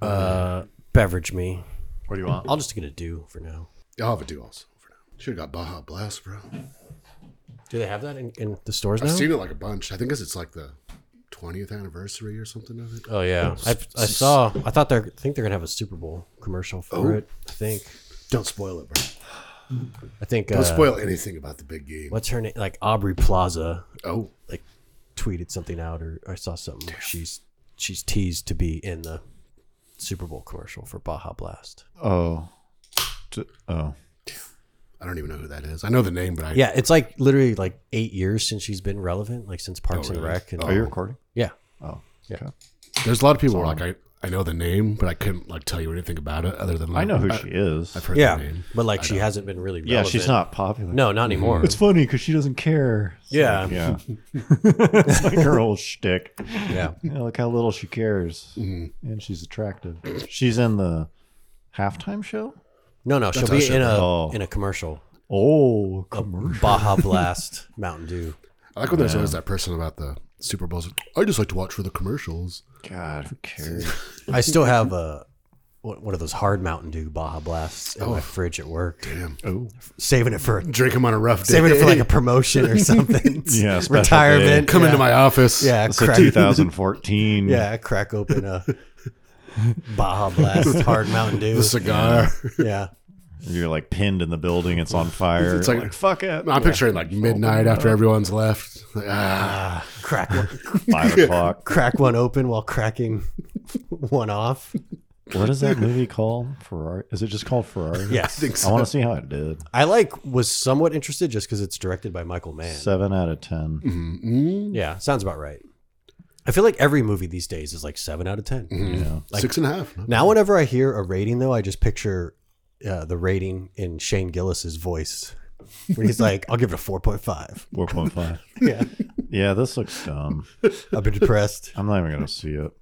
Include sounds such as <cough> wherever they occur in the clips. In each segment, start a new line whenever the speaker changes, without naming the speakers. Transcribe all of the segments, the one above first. Uh, beverage me.
What do you want?
I'll just get a do for now.
I'll have a do also. Should have got Baja Blast, bro.
Do they have that in, in the stores
I've
now?
seen it like a bunch. I think 'cause it's like the 20th anniversary or something of it.
oh yeah, I, I saw. I thought they're. I think they're gonna have a Super Bowl commercial
Oh.
for it. I think.
Don't spoil it, bro.
I think.
Don't
uh,
spoil anything about the big game.
What's her name? Like Aubrey Plaza
Oh,
like tweeted something out or I saw something. where She's she's teased to be in the Super Bowl commercial for Baja Blast.
Oh, D- oh,
I don't even know who that is. I know the name, but I
Yeah, it's like literally like eight years since she's been relevant, like
Oh,
since Parks and
really?
Rec. And,
are you recording?
Yeah,
Oh,
Yeah.
okay.
there's a lot of people who are like I, I know the name, but I couldn't like tell you anything about it other than
I know who
I,
she is.
I've heard the
yeah,
name.
but like she hasn't been really.
yeah,
Relevant.
she's not Mm-hmm. popular.
No, not anymore.
it's funny because she doesn't care.
<laughs>
It's
Yeah.
like, <laughs> yeah. it's like her old <laughs> shtick.
yeah,
You know, look how little she cares, and she's attractive. She's in the halftime show.
no, no, she'll
how
be
she'll
in a
Oh.
in a commercial.
Oh,
A
commercial.
Baja Blast Mountain Dew.
I like when there's always that person about the Super Bowls. I just like to watch for the commercials.
God, who cares?
I still have a one one of those hard Mountain Dew Baja Blasts in my fridge at work.
Damn,
oh,
Saving it for
drink them on a rough day.
saving it for like a promotion or something.
<laughs> Yeah, special
retirement.
<laughs> come
yeah.
into my office.
yeah,
it's a
crack, <laughs>
2014.
yeah, crack open a Baja Blast hard Mountain Dew.
the cigar.
yeah,
You're like pinned in the
<laughs>
building. It's on fire.
It's like-
fuck it.
<laughs> I'm picturing like midnight after everyone's left. Like, ah,
crack one,
Five o'clock.
crack one open while cracking one off.
What is that movie called? Ferrari? Is it just called Ferrari?
Yes, I,
I want to see how it did.
like was somewhat interested just because it's directed by Michael Mann.
Seven out of 10
mm,
yeah, sounds about right. I feel like every movie these days is like seven out of 10
Yeah.
six and a half.
Now, whenever I hear a rating, though, I just picture uh, the rating in Shane Gillis's voice when he's like, "I'll give it a four point five.
Four point five.
Yeah,
Yeah, this looks dumb.
I've been depressed.
I'm not even gonna see it.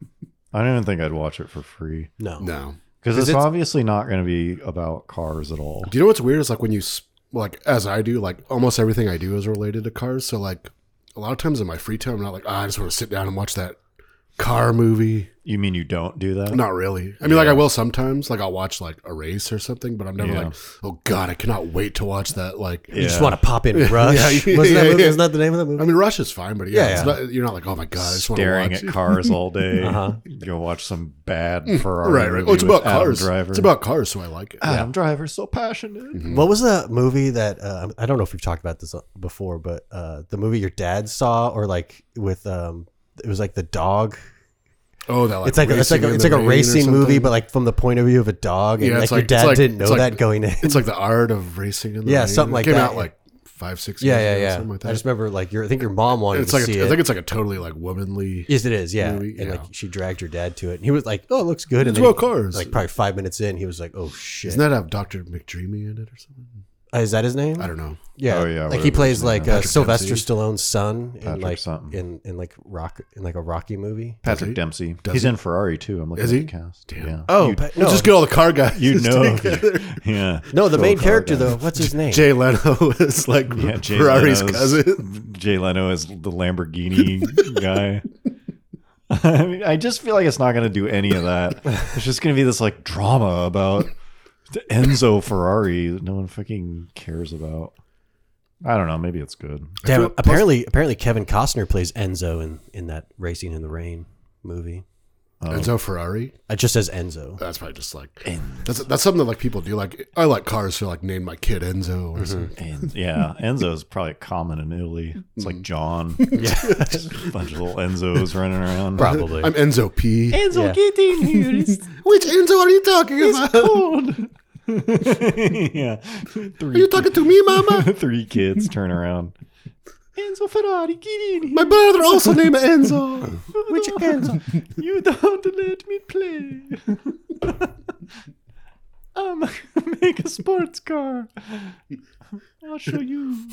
I don't even think I'd watch it for free
No,
No.
because it's,
it's-
obviously not gonna be about cars at all.
Do you know what's weird? Is like when you s- like as I do, like almost everything I do is related to cars. So like a lot of times in my free time, I'm not like "Ah, I just want to sit down and watch that car movie.
You mean you don't do that?
Not really. I mean, like I will sometimes. Like I'll watch like a race or something, but I'm never
Yeah.
like, oh god, I cannot wait to watch that. Like,
you just
Yeah.
want to pop in Rush.
yeah,
Wasn't that
yeah,
movie?
yeah.
Wasn't that the name of that movie?
I mean, Rush is fine, but yeah,
Yeah,
it's
yeah.
Not, you're not like, oh my god, I just want to
Staring
watch.
at
it." <laughs>
cars all day.
Uh-huh.
You'll watch some bad Ferrari.
Right, right.
movie
Oh, it's
with
about
Adam
cars.
Driver.
It's about Mm-hmm. cars, so I like it.
Adam Driver. So passionate.
What was the movie that uh, I don't know if we've talked about this before, but uh, the movie your dad saw, or like with um, it was like the dog.
Oh, that like
It's like a, it's
racing
like a,
in
it's
the
like a
rain or
racing movie,
something.
but like from the point of view of a dog, and
Yeah,
like,
it's
your
like- it's
dad
like-
didn't know
it's like-
that going
<laughs>
in.
it's like the art of racing in the
Yeah,
rain.
something
It
like
came
that,
out
yeah.
like five, six.
yeah,
years
yeah,
ago,
yeah.
something like that.
I just remember like your I think your mom wanted
it's
to
like a,
see
I
it.
think it's like a totally like womanly.
Yes, it is. Yeah,
movie,
and
yeah.
like she dragged your dad to it, and he was like, "Oh, it looks good."
It's
and then
about cars.
Like probably five minutes in, he was like, "Oh shit!"
Doesn't that have Doctor McDreamy in it or something?
Uh, is that his name?
I don't know.
Yeah,
Oh, yeah,
Like
whatever
he
his
plays
name
like
is.
uh,
Patrick
Sylvester
Dempsey.
Stallone's son in
Patrick
like
something.
in in like rock in like a Rocky movie.
Patrick
he?
Dempsey. He's in Ferrari too. I'm looking
Is
at
he?
the cast.
Damn.
Yeah.
Oh,
you,
Pa-
We'll
no,
just get all the car guys. <laughs>
you
<laughs>
know.
together.
<laughs> yeah.
no, the
Phil
main
Carr
character
guy.
though. What's
<laughs>
his name?
Jay Leno is like
Yeah, Jay
Ferrari's
Leno's-
cousin.
Jay Leno is the
<laughs>
Lamborghini guy. <laughs> I mean, I just feel like it's not going to do any of that. It's just going to be this like drama about the Enzo Ferrari that no one fucking cares about. I don't know. Maybe it's good.
Damn,
feel-
it. apparently apparently Kevin Costner plays Enzo in in that Racing in the Rain movie.
uh,
Enzo Ferrari.
It just says Enzo.
That's probably just like that's that's something that like people do. Like I like cars, so like name my kid Enzo
Mm-hmm.
or something.
And yeah, Enzo is probably common in Italy. It's like John.
Mm. <laughs> Yeah,
a <laughs> bunch of little Enzos running around.
probably.
I'm Enzo P.
Enzo,
Yeah.
get in here. <laughs> It's
Which Enzo are you talking about?
cold. <laughs> yeah.
Are you talking to me,
<laughs>
<laughs>
Mama?
Three kids turn around. Enzo Ferrari, get in here.
My brother also named Enzo.
Which Enzo?
<laughs> You don't let me play. <laughs> I'm gonna <laughs> make a sports car. I'll
<laughs>
show you.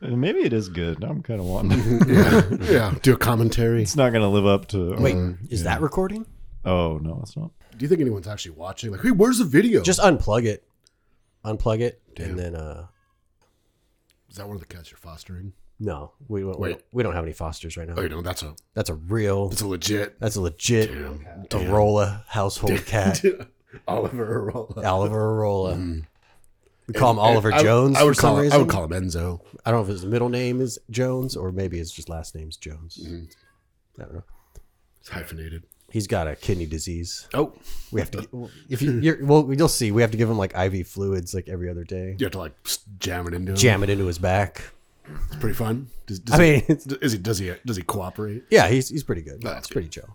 Maybe it is good. I'm kind of wanting.
yeah, yeah. Do a commentary.
<laughs> It's not gonna live up to.
Wait,
or-
is that recording?
oh no, it's not.
Do you think anyone's actually watching? Like, hey, where's the video?
Just unplug it, unplug it,
Damn.
and then uh,
is that one of the cats you're fostering?
No, we don't, we
Wait.
don't, we don't have any Fosters right now.
Oh, you know, that's a
That's a real.
that's a legit.
That's a legit
Damn.
Arola household <laughs> cat.
<laughs> Oliver Arola.
Oliver Arola. We call him
And
Oliver
I would-
Jones
I would
for
call
some
him-
reason.
I would call him Enzo.
I don't know if his middle name is Jones or maybe his just last name's Jones. I don't know.
It's hyphenated.
Mm-hmm. He's got a kidney disease.
Oh,
We have
Uh,
to. If you, you're, well, you'll see. We have to give him like IV fluids like every other day.
you have to like s- jam it into him.
Jam it into his back.
It's pretty fun. Does, does
I
he,
mean, it's,
is he does he does he cooperate?
yeah, he's he's pretty good.
That's
it's pretty chill.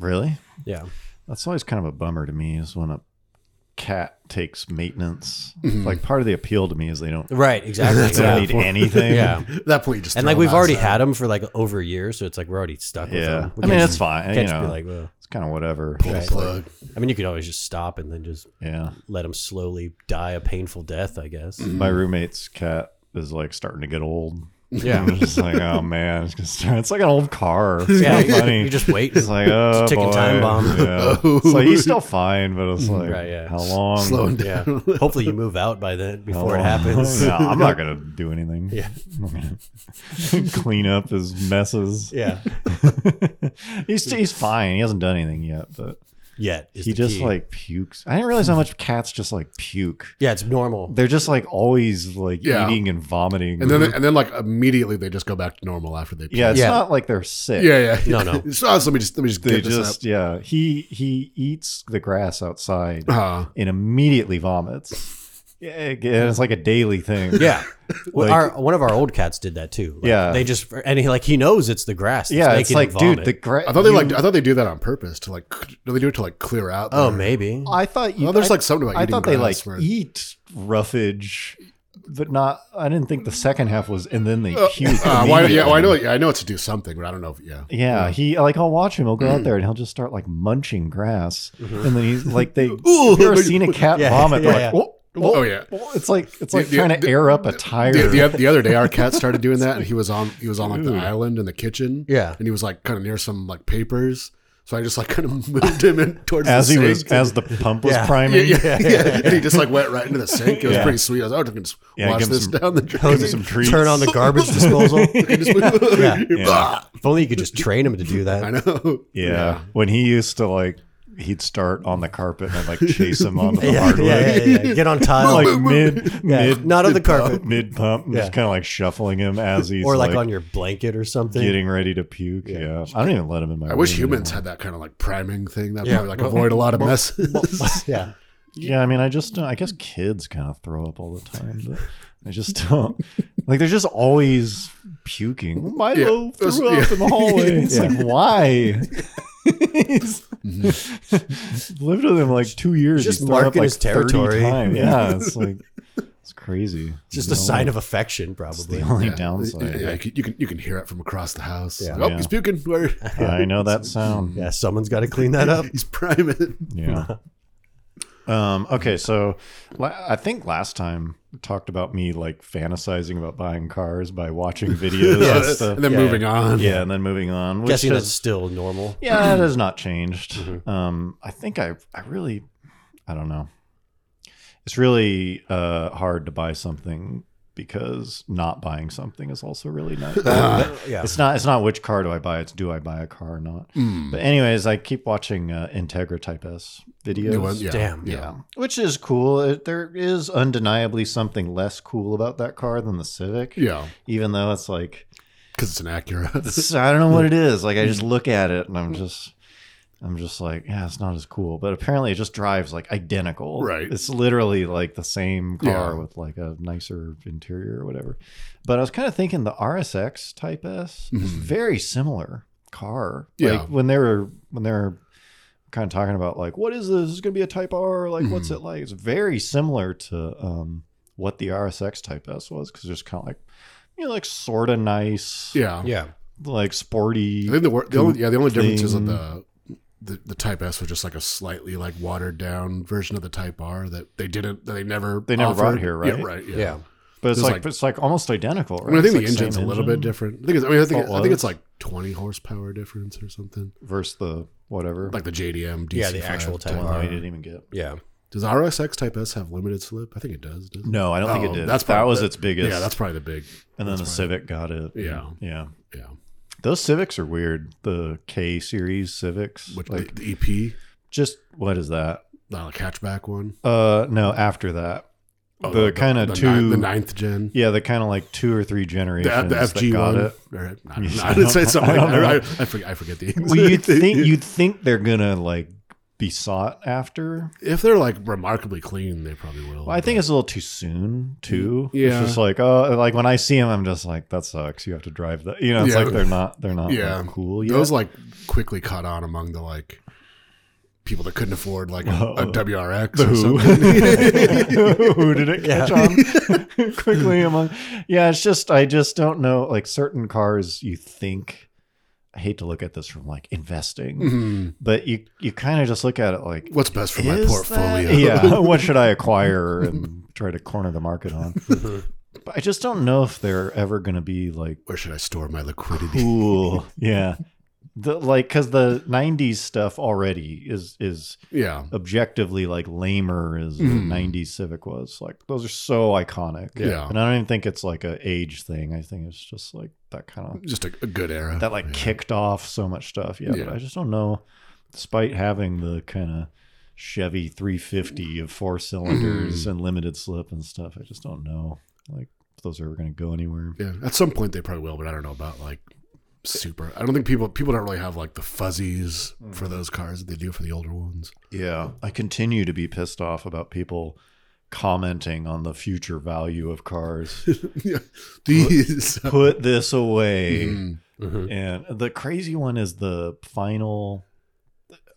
Really?
Yeah,
That's always kind of a bummer to me is when a cat takes maintenance.
Mm-hmm.
Like part of the appeal to me is they don't, they
right,
<laughs>
exactly.
don't need
<laughs>
anything. <laughs>
yeah,
At that point, you just
and
throw
like
him
we've already
outside.
had him for like over a year, so it's like we're already stuck. with
Yeah.
him. We
I mean,
can't
it's
just-
fine. You
Can't just
know,
be like, well,
it's kind of whatever.
Pull the
Right.
plug.
I mean, you could always just stop and then just
Yeah.
let him slowly die a painful death. I guess.
My roommate's cat is like starting to get old.
Yeah.
I'm just like, oh man, it's, gonna start- it's like an
<laughs>
old car. It's
Yeah,
yeah,
you-
funny.
you just wait.
It's like, oh,
a ticking
boy.
time bomb.
Yeah. It's like he's still fine, but it's like,
Right, yeah.
how long?
Slow him down.
Yeah. Hopefully, you move out by then
how
before it
long- <laughs>
happens.
Oh, No, I'm not gonna do anything.
Yeah.
I'm gonna <laughs> clean up his messes.
<laughs> Yeah.
he's he's fine. He hasn't done anything yet, but
Yet is
he
the
just
key.
like pukes. I didn't realize how much cats just like puke.
yeah, it's normal.
They're just like always like
Yeah.
eating and vomiting.
And then and then like immediately they just go back to normal after they.
yeah, it's
Yeah.
not like they're sick.
yeah, yeah.
No,
<laughs>
no.
It's not- let me just let me just
they
get this
just yeah. He he eats the grass outside
up. Uh,
and immediately vomits. Yeah, and it's like a daily thing. <laughs>
Yeah. Well,
Like-
our, one of our old cats did that too. Like,
Yeah.
They just, and he like, he knows it's the grass. That's
yeah.
making
It's like,
him
dude,
vomit.
the grass.
I thought they like I thought they do that on purpose to like c- do they do it to like clear out?
oh,
their-
maybe.
I thought you.
Well, there's
I-
like something about
I
eating
thought they like
grass where-
eat roughage, but not. I didn't think the second half was, and then they
Uh,
puke.
uh, why, yeah, well, I know
immediately.
yeah, I know it's to do something, but I don't know. If, yeah,
Yeah, he like I'll watch him. He'll go out there and he'll just start like munching grass, and then he's like they. Ooh, you ever seen a cat
Yeah,
vomit?
yeah,
They're
yeah.
like, "Whoa, whoa."
Oh, yeah.
Whoa." It's like it's like
The- the-
trying to
the-
air up a tire.
The, the, the other day, our cat started doing that, and he was on he was on like the
Ooh.
island in the kitchen.
Yeah.
and he was like kind of near some like papers, so I just like kind of <laughs> moved him in towards
as
the
he
sink.
was as the pump was
Yeah.
priming.
yeah, yeah,
<laughs>
yeah, and he just like went right into the sink. It was
Yeah.
pretty sweet. I was like, oh, I can just
Yeah,
wash
give him
this
some-
down the <laughs>
Give
drain.
him some treats.
Turn on the garbage
<laughs>
disposal.
I just move- <laughs>
Yeah.
Yeah.
if only you could just train him to do
I
that.
know.
Yeah. When he used to like, he'd start on the carpet and I'd, like chase him onto the
Yeah,
hardwood.
yeah, yeah, yeah. <laughs> Get on tile.
<laughs> Like mid,
Yeah,
mid,
not on the carpet.
mid pump, and
Yeah.
just kind of like shuffling him as he's
Or like,
like
on your blanket or something.
getting ready to puke. Yeah. I don't even let him in my.
I wish
room
humans
anymore.
had that kind of like priming thing. That would
Yeah.
probably like avoid a lot of mess.
<laughs> yeah.
Yeah, I mean, I just don't. I guess kids kind of throw up all the time, but
<laughs>
I just don't. Like they're just always puking. Milo
Yeah.
threw up in
<laughs>
the hallway. It's
Yeah.
like why? He's- <laughs> lived with him like two years.
Mm-hmm. Just
He's thrown up,
marking
like,
his territory.
30
<laughs>
times. Yeah, it's like it's crazy.
Just
You
a
know?
sign of affection,
It's the
probably.
only
Yeah.
downside.
Yeah, you can, you can you can hear it from across the house.
Yeah.
Oh,
Yeah.
he's puking. Where
<laughs>
I know that sound.
Yeah. Someone's got to clean that
<laughs>
up.
he's priming.
Yeah. <laughs> um, okay, so la- I think last time we talked about me like fantasizing about buying cars by watching
<laughs>
videos and
Yes.
stuff.
and then
Yeah.
moving on.
yeah, and then moving on. Which
Guessing
has-
that's still normal.
yeah, it has not changed. Um, I think I I really I don't know. It's really uh, hard to buy something because not buying something is also really not.
yeah.
Uh, It's not. It's not which car do I buy. It's do I buy a car or not.
Hmm.
But anyways, I keep watching uh, Integra Type S videos.
New one, yeah.
Damn.
Yeah. which is cool. It, there is undeniably something less cool about that car than the Civic.
Yeah,
even though it's like
because it's an Acura.
it's, I don't know what it is. Like I
Mm.
just look at it and I'm just. I'm just like, yeah, it's not as cool, but apparently it just drives like identical.
Right.
It's literally like the same car
Yeah.
with like a nicer interior or whatever. But I was kind of thinking the RSX Type S is very similar car.
Mm-hmm. Yeah.
Like when they were when they were kind of talking about like what is this? Is this going to be a Type R? Like what's
Mm-hmm.
it like? It's very similar to um, what the RSX Type S was because there's kind of like you know like sort of
<laughs>
nice
yeah,
Yeah.
like sporty.
I think the, wor- the only yeah the only difference is that
thing.
the, the the Type S was just like a slightly like watered down version of the Type R that they didn't that they never
They never brought
offered.
here,
Yeah,
right?
right. Yeah.
Yeah.
But it's
There's
like,
like-
but it's like almost identical.
I
Right?
mean, I think the
It's like
engine's a
same
little bit
engine
different. I think it's, I mean I think
Oh, it
I think
was?
it's like twenty horsepower difference or something.
versus the whatever.
Like the JDM. DC
Yeah, the actual Type
Wow,
R.
I didn't even get.
Yeah.
Does RSX Type S have limited slip? I think it does. doesn't it?
No, I don't think
Oh,
it did.
that's
that
probably-
was its biggest.
Yeah, that's probably the big.
and then the
that's
Civic got it.
Yeah.
yeah.
Yeah,
Those Civics are weird. The K series Civics,
which
like
the, E the EP,
just what is that?
the like, hatchback one.
Uh, no, after that,
Oh,
the, kind
the
of
ni-
two,
the ninth gen.
yeah, the kind of like two or three
The,
generations
the FG
that got
one.
it.
All right.
<laughs>
No,
Yes,
no, <laughs>
I
I didn't say
don't-
something.
I
like
don't
that. I,
know. <laughs>
I forget. I forget the. Exact
Well,
<laughs>
you'd think
thing.
you'd think they're gonna like be sought after.
if they're like remarkably clean, they probably will.
Well, I think
but-
it's a little too soon, too.
Yeah.
it's just like oh, like when I see them, I'm just like that sucks. You have to drive that. You know, it's
Yeah.
like they're not they're not
Yeah.
like, cool
<laughs>
yet.
those like quickly caught on among the like people that couldn't afford like a, a
Oh. <laughs>
WRX.
The
or
who? <laughs>
something. <laughs>
who did it
Yeah.
catch on <laughs> quickly among? Yeah, it's just I just don't know. Like certain cars, you think I hate to look at this from like investing,
Mhm.
but you you kind of just look at it like
What's best for my
is
portfolio?
that-
<laughs>
yeah, what should I acquire and try to corner the market on?
Mhm.
But I just don't know if they're ever going to be like
Where should I store my liquidity?
cool. <laughs> yeah. The, like because the 90s stuff already is is
Yeah.
objectively like lamer as
Mm.
the 90s civic was like those are so iconic
Yeah.
and i don't even think it's like a age thing i think it's just like that kind of
Just a, a good era.
that like
Yeah.
kicked off so much stuff yeah,
Yeah.
but i just don't know despite having the kind of chevy 350 of four cylinders
Mm.
and limited slip and stuff i just don't know like if those are ever going to go anywhere
Yeah. At some point they probably will, but I don't know about like super. I don't think people people don't really have like the fuzzies for
Mm-hmm.
those cars that they do for the older ones. <laughs>
Yeah, I continue to be pissed off about people commenting on the future value of cars.
<laughs> yeah.
<laughs>
These.
Put this away.
Mhm. Mhm.
And the crazy one is the final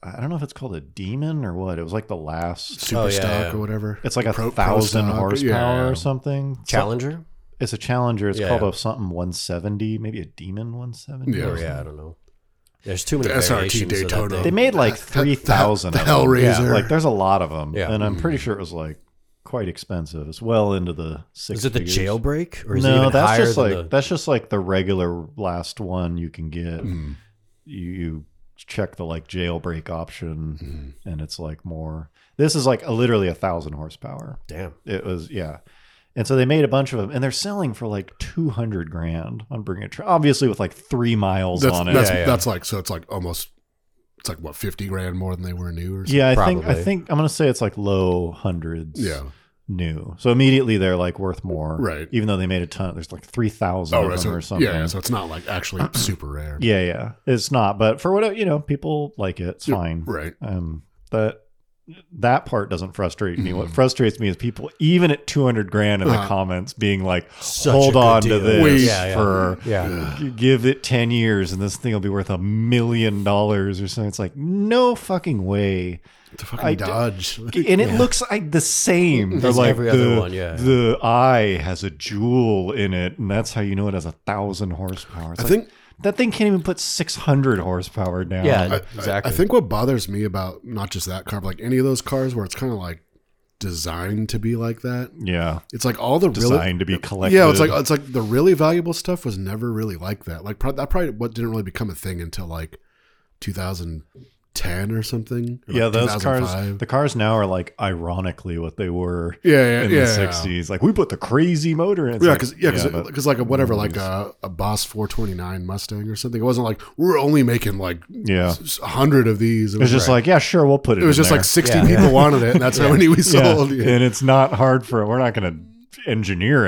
I don't know if it's called a demon or what. It was like the last
Super
Oh, yeah,
stock
yeah.
or whatever.
it's like a
Pro- pro
thousand
stock,
horsepower
yeah.
or something.
Challenger?
Some- It's a challenger. It's
Yeah.
called a something 170, maybe a demon 170.
Yeah.
Or yeah, I don't know. There's too many
The SRT
variations of that
Daytona.
They
thing.
made like
The- the-
three thousand.
the Hellraiser. Mm-hmm.
like there's a lot of them.
Yeah.
and I'm pretty sure it was like quite expensive. It's well into the six.
Is it the
figures.
jailbreak? Or is it
no,
even
that's
higher
just
than
like
the,
that's just like the regular last one you can get.
Mm-hmm.
Mhm.
You, you check the like jailbreak option,
Mhm.
and it's like more. This is like a, literally a thousand horsepower.
Damn.
It was yeah. And so they made a bunch of them, and they're selling for like two hundred grand on Bring It. Tra- Obviously, with like three miles
that's,
on it.
That's,
Yeah, yeah.
that's like so. It's like almost. It's like what fifty grand more than they were new or something.
Yeah, I think I
Probably.
think I'm gonna say it's like low hundreds.
Yeah.
new. So immediately they're like worth more,
Right.
Even though they made a ton. There's like three thousand
Oh,
of
right.
them
So,
or something.
Yeah. So it's not like actually
<clears throat>
super rare.
yeah, yeah. It's not, but for whatever you know, people like it. It's
Yeah,
fine.
Right.
Um, but that part doesn't frustrate me. What frustrates me is people, even at two hundred grand, in the
Mm-hmm. Uh-huh.
comments being like,
Such a
"Hold
good
on to
deal."
this
Wait.
Yeah, yeah.
for."
Yeah.
Give it 10 years and this thing will be worth a million dollars or something. It's like, no fucking way.
It's a fucking
I d-
Dodge.
and it looks like the same. They're
As
like
every
the,
other one, yeah.
The eye has a jewel in it, and that's how you know it has a thousand horsepower. It's
I
like,
think
that thing can't even put six hundred horsepower down.
Yeah,
I- I-
exactly.
I,
<laughs>
think what bothers me about not just that car, but like any of those cars where it's kind of like designed to be like that.
yeah,
It's like all the really
designed to be collected.
Yeah, it's like uh, it's like the really valuable stuff was never really like that. Like pro- that probably what didn't really become a thing until like 2010 or something. or, like,
yeah, those cars.
2005.
The cars now are like ironically what they were
yeah, yeah,
in
yeah,
the sixties. Like we put the crazy motor in. It's
Yeah,
like,
because yeah, because
but-
like a whatever, like a, a Boss 429 Mustang or something. It wasn't like we're only making like
yeah.
a hundred of these.
It was just like, yeah, sure, we'll put it.
it was
in
just
there.
like 60
Yeah.
people wanted it, and that's how many we sold.
<laughs> Yeah.
Yeah.
And it's not hard for we're not gonna engineer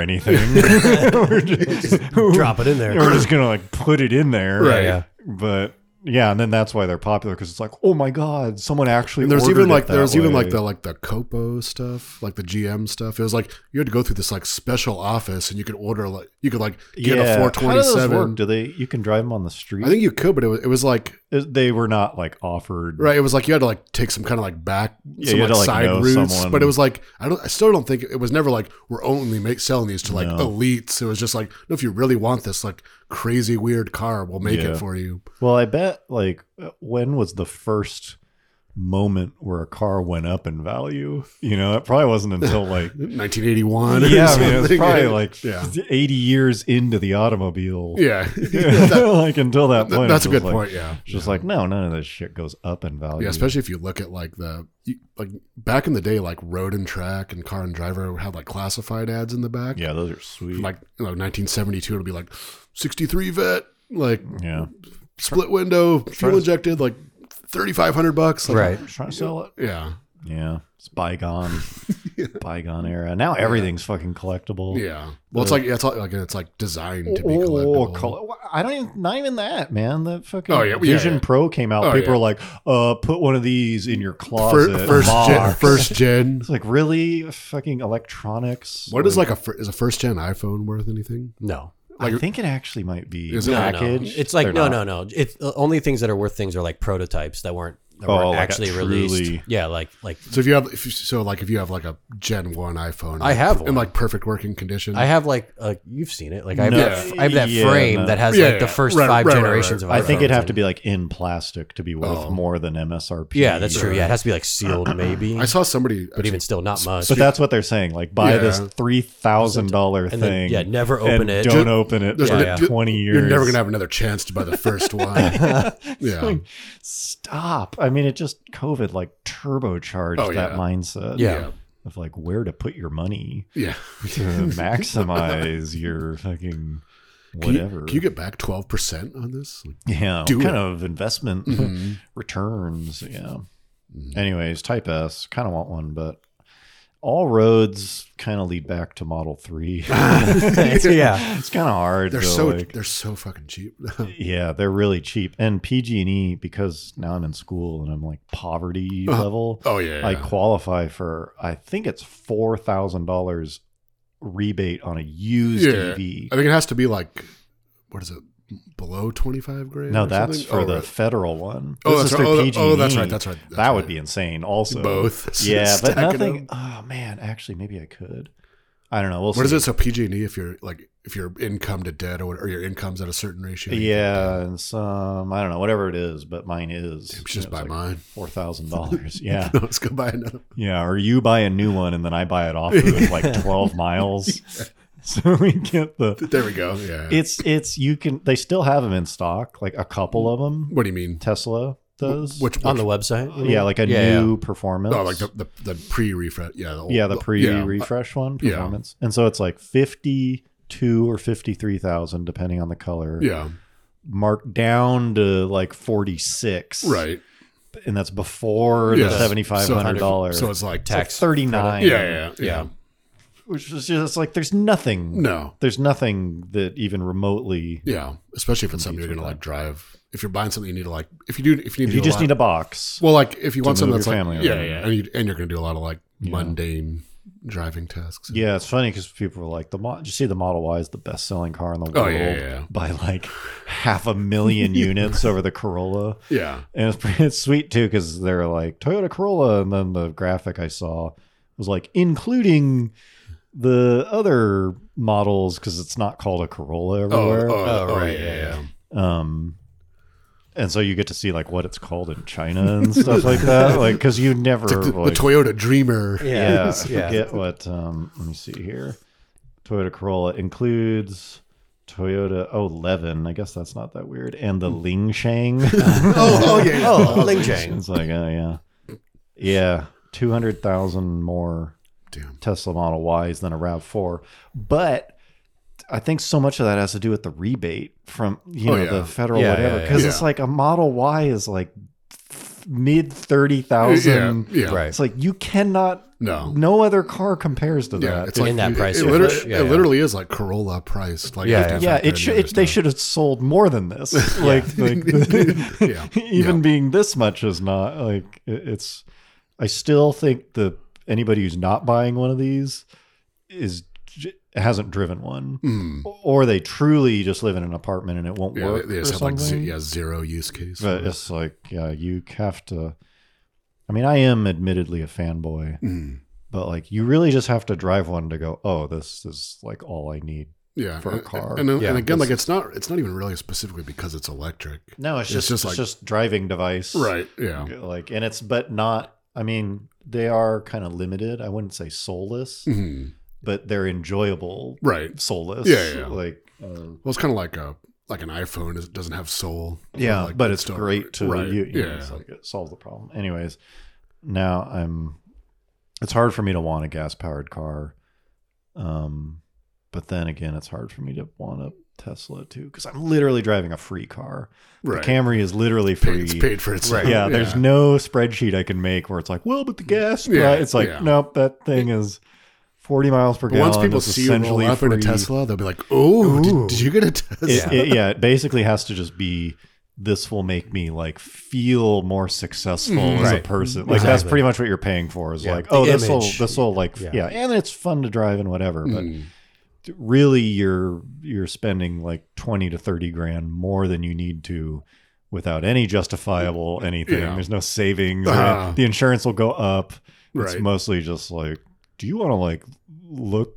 <laughs>
anything. <laughs> we're, just,
Drop it in there.
we're just gonna like put it in there.
Right.
Yeah.
But yeah, and then that's why they're popular because it's like, oh my god, someone actually.
And there's
ordered
even
it
like
that
there's even
way.
like the like the Copo stuff, like the GM stuff. It was like you had to go through this like special office, and you could order like you could like get
How
a
do those work?
427.
Do they? You can drive them on the street.
I think you could, but it was, it was like
Is- they were not like offered.
right. It was like you had to like take some kind of like back,
Yeah,
some
you
like,
had to, like, know
side routes.
someone.
But it was like I don't, I still don't think it was never like we're only make, selling these to like
No.
elites. It was just like no, if you really want this like crazy weird car, we'll make
Yeah.
it for you.
Well, I bet like when was the first moment where a car went up in value. You know, it probably wasn't
<laughs>
until like
1981. or
yeah, I mean, it was
something.
probably like
yeah,
80 years into the automobile.
<laughs>
<laughs>
yeah.
Yeah,
That-
like until that point.
that's
it's
a good
just like-
point. Yeah,
it's Just like no, none of this shit goes up in value.
Yeah, especially if you look at like the you- like back in the day, like road and track and car and driver had like classified ads in the back.
Yeah, those are sweet.
like you know, 1972, it'll be like 63 vet, like
yeah,
split window, fuel injected, like 3,500 bucks. Like,
right.
trying to sell it.
Yeah.
Yeah, it's
<laughs>
bygone, bygone era. Now everything's fucking collectible.
Yeah. Well, it's like it's all- like it's like designed to be
Oh,
collectible.
coll- I don't even. Not even that, man. That fucking
Oh, yeah, yeah,
Vision
yeah.
Pro came out.
Oh,
People
yeah.
are like, "Uh, put one of these in your closet."
Fir- first
box.
gen, <laughs> first
<laughs>
gen.
It's like really fucking electronics.
What is like a fir- is a first gen iPhone worth anything?
No.
I think it actually might be
Is it- No, no.
packaged.
It's like
They're
no,
not.
no, no. It's the only things that are worth things are like prototypes that weren't that
Oh,
weren't
like a
actually
truly-
released. Yeah, like like
So if you have if you, so like if you have like a Gen One iPhone,
I have
in
one.
like perfect working condition.
I have like uh, you've seen it. Like I have
No.
that, I have that
Yeah,
frame
no.
that has
Yeah,
like the
yeah.
first
Right,
five
right, right,
generations
right.
of.
I think
iPhones
it'd have
in
to be like in plastic to be worth
Oh.
more than MSRP.
Yeah, that's true.
Sure.
Yeah, it has to be like
<clears throat>
sealed, maybe.
I saw somebody
but even still, not much.
But that's what they're saying. Like, buy this
Yeah.
three thousand dollar
and
thing.
then, yeah, never open
and
it.
Don't open it for
There's
no-
like
yeah.
twenty years.
You're never gonna
<laughs>
have another chance to buy the first one. Yeah.
Like, Stop. I mean, it just COVID like turbocharged
Oh,
that
yeah.
mindset.
Yeah.
Of like where to put your
<laughs>
money
Yeah.
to maximize your fucking
Can you-
whatever.
Can you, get back twelve percent on this?
<laughs>
Like, mm-hmm.
yeah.
do
what kind
it?
of investment returns. Yeah. Anyways, Type S. Kind of want one, but all roads kind of lead back to Model Three.
yeah,
it's kind of hard.
They're
though,
so
like-
they're so fucking cheap. <laughs>
Yeah, they're really cheap. And PG&E because now I'm in school and I'm like poverty
Uh-huh.
level.
oh yeah,
I
yeah.
qualify for I think it's four thousand dollars rebate on a used E
Yeah.
EV.
I think it has to be like what is it below twenty five grand?
no,
or
that's
something?
for
Oh,
the
right.
federal one.
Oh,
This
that's
is
right.
through
Oh, that- oh, that's
PG&E.
right. That's right.
E. That
That's
would
right.
be insane. Also,
both.
Yeah,
<laughs>
but
Stacking
nothing.
up.
Oh man, actually, maybe I could. I don't know. We'll
What is
see.
it? So PG and E, if you're like if your income to debt or, what- or your income's at a certain ratio, you
Yeah, and some I don't know whatever it is, but mine is
should just
you know,
buy
it's like
mine. <laughs>
four thousand dollars. Yeah,
Let's go buy another.
Yeah, or you buy a new one and then I buy it off
<laughs>
of like 12 miles. <laughs> So we get the
There we go. <laughs> Yeah.
It's it's you can they still have them in stock, like a couple of them.
what do you mean?
Tesla does.
Which
on
which-
the website. you mean?
yeah, like a
Yeah,
new performance.
Oh, like the the, the pre refresh. Yeah. The old-
yeah, the pre
yeah.
refresh one
yeah.
performance. And so it's like 52 or 53,000 depending on the color.
Yeah.
Marked down to like 46.
Right.
And that's before
Yeah.
the $7500
So it's like
Tax.
39.
Yeah, yeah, yeah.
Yeah.
Which is just like there's nothing
No.
there's nothing that even remotely
Yeah. Especially if it's something you're gonna like drive. If you're buying something, you need to like. If you do, if you need,
if
to
you
do
just
a
need
lot,
a box
Well, like if you want something
move
that's
your
like
family
yeah,
around.
yeah, and you and you're gonna do a lot of like
Yeah.
mundane driving tasks.
yeah it's funny because people were like the mo- did you see the model y is the best selling car in the world
Oh, yeah, yeah, yeah.
by like half a
<laughs>
million units over the corolla
Yeah.
and it's, pretty, <laughs> it's sweet too because they're like toyota corolla and then the graphic i saw was like including the other models because it's not called a corolla
Oh,
everywhere
oh,
Oh,
oh,
right,
yeah,
yeah,
yeah,
um and so you get to see like what it's called in China and stuff
<laughs>
like that, like because you never
It's like the,
like-
the Toyota Dreamer.
yeah,
<laughs> yeah.
I forget what. Um, let me see here. Toyota Corolla includes Toyota oh Levin. I guess that's not that weird. And the Ling Shang. <laughs>
Oh, <laughs> oh yeah, yeah.
Oh, Ling Chang.
it's like oh yeah, yeah, two hundred thousand more
Damn.
Tesla Model Ys than a Rav Four, but. I think so much of that has to do with the rebate from you
Oh,
know
yeah.
the federal
Yeah,
whatever
yeah, yeah.
because it's
Yeah.
like a Model Y is like mid thirty
Yeah,
thousand.
yeah.
Right.
It's like you cannot
No.
no other car compares to
Yeah,
that.
it's
It-
like
In that
it-
price
It,
range.
literally,
Yeah,
it
yeah.
literally is like Corolla priced. Like
Yeah,
after
yeah,
factoring
it should.
in
It, they
stuff.
should have sold more
<laughs>
than this. Like, like <laughs>
Yeah.
even being this much is not like it- it's. I still think the anybody who's not buying one of these is j- hasn't driven one,
Mm.
or they truly just live in an apartment and it won't
Yeah,
work.
they
or
just have like ze-
something.
yeah zero use case.
But it's like, yeah, you have to. I mean, I am admittedly a fanboy,
Mm.
but like, you really just have to drive one to go, oh, this is like all I need
yeah,
for a
and-
car.
And, and,
Yeah,
again, like
it's-
it's not it's not even really specifically because it's electric.
No, it's
It's
just
just
it's
like-
just driving device.
Yeah.
Like and it's but not I mean, they are kind of limited. I wouldn't say soulless,
Mhm.
but they're enjoyable
Right.
soulless.
Yeah, yeah.
Like uh,
Well, it's kind of like a like an iPhone. It doesn't have soul.
yeah,
Like,
but it's
still-
great to
right.
you, you know,
yeah.
it's like it solved the problem. Anyways, now I'm it's hard for me to want a gas powered car. Um but then again, it's hard for me to want a Tesla too cuz I'm literally driving a free car.
right.
The Camry is literally
Paid-
free.
it's paid for itself.
yeah, there's no spreadsheet I can make where it's like, well, but the gas, pri-"
Yeah,
it's like,
yeah.
nope, that thing is 40 miles per
But
gallon.
once people
it's
see you roll
essentially
up in a
free.
Tesla, they'll be like, "Oh,
Ooh.
did, did you get a Tesla?" <laughs>
it, it- yeah, it basically has to just be this will make me like feel more successful
Mhm.
as a
Right. Mm-hmm.
person. Like that's
Exactly.
pretty much what you're paying for is
Yeah,
like,
the
oh, this will
image.
this will like yeah.
Yeah.
and it's fun to drive and whatever, but
Hmm.
Mm.
really you're you're spending like 20 to 30 grand more than you need to without any justifiable anything
Yeah.
there's no savings or-
Ah.
the insurance will go up it's
Right.
mostly just like do you want to like look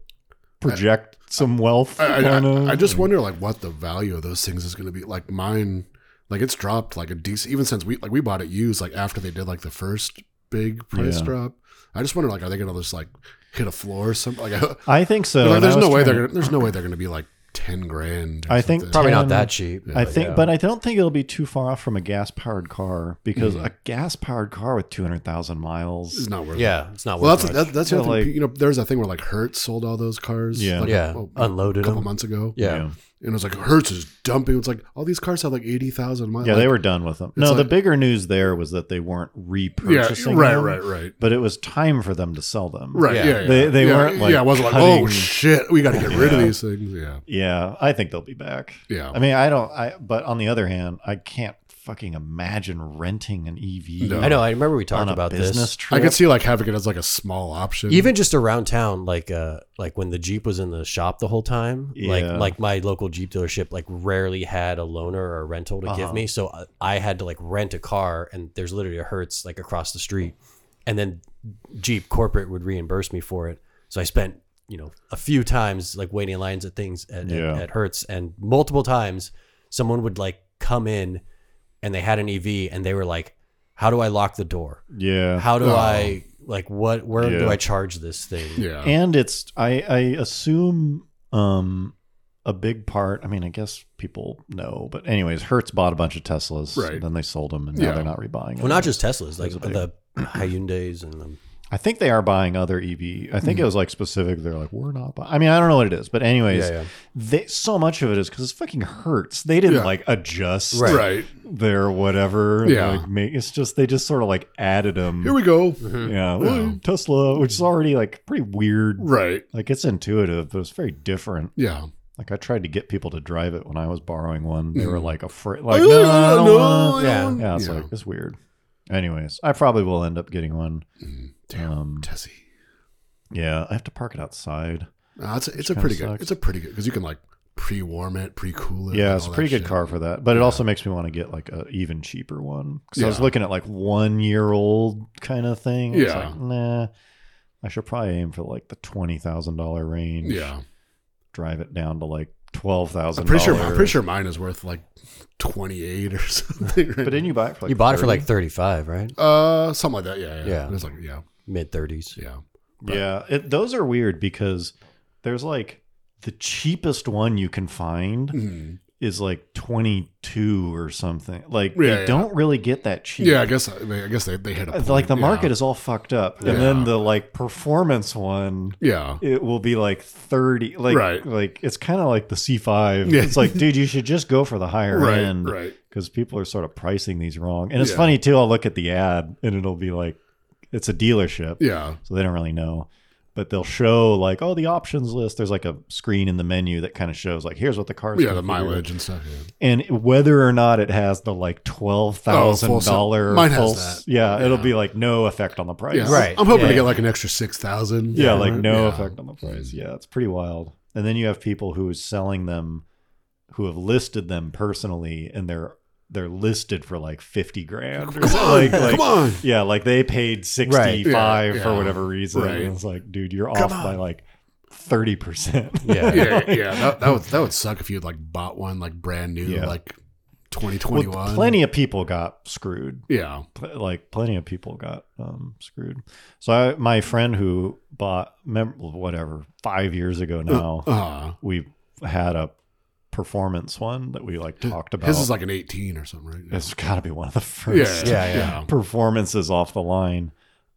project some wealth
I, I-
on a-
I, I just wonder like what the value of those things is going to be. Like mine, like it's dropped like a decent even since we like we bought it used like after they did like the first big price
Yeah.
drop. I just wonder like are they going to just like hit a floor or something? Like, <laughs> I-
i think so
like,
and
there's
I was
no way they're
trying-
gonna, there's no way they're going to be like ten grand. or
I think
something.
Probably
Um,
not that cheap.
I think,
yeah.
but I don't think it'll be too far off from a gas powered car because
Mm-hmm.
a gas powered car with 200,000 miles
it's not worth. it.
yeah, it's not
Well,
worth
that's
much.
that, that's the
Yeah,
other thing.
like-
you know, there's that thing where like Hertz sold all those cars.
Yeah.
like,
yeah,
oh, a,
unloaded
couple
them.
months ago.
Yeah.
and it was like Hertz is dumping. It's like all these cars have like eighty thousand miles.
Yeah,
like,
they were done with them. No,
like-
the bigger news there was that they weren't
Yeah,
repurchasing
right,
them,
right, right.
But it was time for them to sell them.
Right. Yeah.
Yeah.
yeah,
They- they
yeah,
weren't, like,
yeah. I wasn't like,
cutting-
oh shit, we got to get rid of
Yeah.
these things. Yeah.
Yeah, I think they'll be back.
Yeah.
I mean, I don't. I but on the other hand, I can't fucking imagine renting an EV.
No.
I know. I remember we
on
talked
a
about
business
this.
trip.
I could see like having it as like a small option.
Even just around town, like uh, like when the Jeep was in the shop the whole time, like
Yeah.
like my local Jeep dealership, like rarely had a loaner or a rental to
Uh-huh.
give me, so I, I had to like rent a car, and there's literally a Hertz like across the street, and then Jeep corporate would reimburse me for it, so I spent you know a few times like waiting in lines at things at,
Yeah.
at, at Hertz, and multiple times someone would like come in, and they had an EV, and they were like, "How do I lock the door?"
Yeah,
how do
Oh.
I like what where
Yeah.
do I charge this thing?
yeah.
and it's I I assume um a big part. I mean, I guess people know, but anyways, Hertz bought a bunch of Teslas,
Right.
Then they sold them, and now
Yeah.
they're not rebuying.
Well,
them.
not just Teslas, like
Those are big.
the Hyundai's and the
I think they are buying other EV. I think
Mm-hmm.
it was like specific. They're like, we're not buying. I mean, I don't know what it is, but anyways,
yeah.
They, so much of it is because it's fucking hurts. They didn't
Yeah.
like adjust
Right.
Right.
their whatever.
Yeah.
like, make, it's just they just sort of like added them.
Here we go. Mm.
yeah, well, Tesla, which is already like pretty weird.
Right.
Like it's intuitive, but it's very different.
Yeah.
Like I tried to get people to drive it when I was borrowing one. They were
Mhm.
like afraid, like no, I don't wanna."
I
Yeah.
don't-
Yeah, it's like it's weird. Anyways, I probably will end up getting one.
Mm. Damn,
Um,
Tessie.
yeah, I have to park it outside.
Uh, it's a, it's a
kinda
pretty good.
sucks.
It's a pretty good because you can like pre-warm it, pre-cool it.
Yeah,
and
it's a
all that
pretty good
shit.
car for that, but it also makes me want to get like a even cheaper one. Because I was
Yeah.
looking at like one year old kind of thing. It's
Yeah.
like, nah, I should probably aim for like the twenty thousand dollar range.
Yeah,
drive it down to like twelve
I'm
thousand.
pretty sure. I'm pretty sure mine is worth like twenty-eight or <laughs> something. Right
But didn't you buy it for like
you bought it for
30?
like thirty five, right?
Uh, something like that. Yeah, yeah.
Yeah.
And It's like yeah,
Mid thirties.
yeah.
yeah. It, those are weird because there's like the cheapest one you can find
Mhm.
is like twenty two or something. Like
Yeah,
they
yeah.
don't really get that cheap.
Yeah, I guess I, mean, I guess they they hit a
Uh,
point.
like the
yeah.
market is all fucked up and
Yeah.
then the like performance one
Yeah,
it will be like 30 like
Right.
like it's kind of like the
<laughs>
c5
Yeah.
it's like dude you should just go for the higher
right,
end
right.
because people are sort of pricing these wrong and it's
Yeah.
funny too i'll look at the ad and it'll be like it's a dealership
Yeah,
so they don't really know but they'll show like oh the options list there's like a screen in the menu that kind of shows like here's what the car's
yeah. The
configured.
mileage and stuff. Yeah.
and whether or not it has the like twelve thousand
Oh, full set.
dollar
Mine has that.
yeah, it'll
Yeah.
be like no effect on the price.
Yeah,
Right.
I'm hoping
Yeah.
to get like an extra six thousand.
Yeah, like no
yeah.
effect on the price. Yeah, it's pretty wild. And then you have people who is selling them, who have listed them personally, and they're they're listed for like fifty grand. or
Come
something.
on,
like, like,
come on.
Yeah, like they paid sixty five
Right. Yeah,
for
yeah.
whatever reason.
Right.
And it's like, dude, you're
Come
off by
on.
like thirty percent.
Yeah.
yeah, yeah. That, that would that would suck if you had like bought one like brand new,
Yeah.
like twenty twenty
Well,
one.
plenty of people got screwed.
Yeah.
Pl- Like plenty of people got um, screwed. So I, my friend who bought mem- whatever five years ago now,
Uh,
we had a performance one that we like talked about.
his is like an eighteen or something, right?
it's got to be one of the <laughs>
yeah,
first
Yeah, yeah.
performances off the line.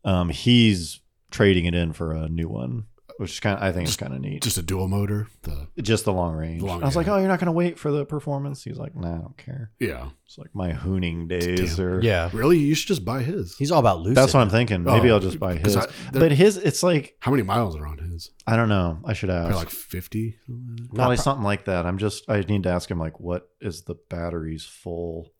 Um, he's trading it in for a new one, which is kind of I think is kind of neat.
Just a dual motor. The
Just the long range.
Long-
I was like,
yeah.
oh, you're not going to wait for the performance. He's like, nah, I don't care.
yeah,
It's like my hooning days
Damn.
or
Yeah.
really, you should just buy his.
He's all about Lucid.
That's what I'm thinking. Maybe
Oh,
I'll just buy
'cause
his.
I- there-
but his, it's like
How many miles are on his?
I don't know. I should ask.
Probably like fifty.
Probably something like that. I'm just. I need to ask him like, what is the battery's full?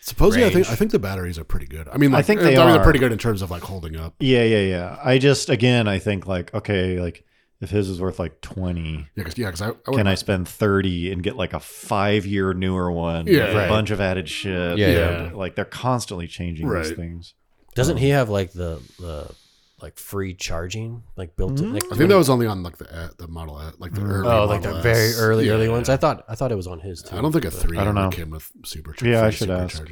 Supposedly, I think
Range.
I think the batteries are pretty good. I mean,
I
like,
think they
I mean,
are.
they're pretty good in terms of like holding up.
Yeah, yeah, yeah. I just again, I think like, okay, like if his is worth like twenty,
Yeah, because yeah, 'cause I, I would
can I spend thirty and get like a five year newer one?
Yeah.
with
Right.
a bunch of added shit.
Yeah,
yeah.
and, like they're constantly changing these
Right.
things.
Doesn't he have like the the like free charging like built in? Like,
I think that was only on like the uh, the Model S, like the
Mm.
early
oh like
Model
the very
S.
early
Yeah,
early
yeah.
ones. I thought I thought it was on his too.
I don't think a
but-
three.
I don't
ever
know.
came with supercharging.
Yeah, I should ask.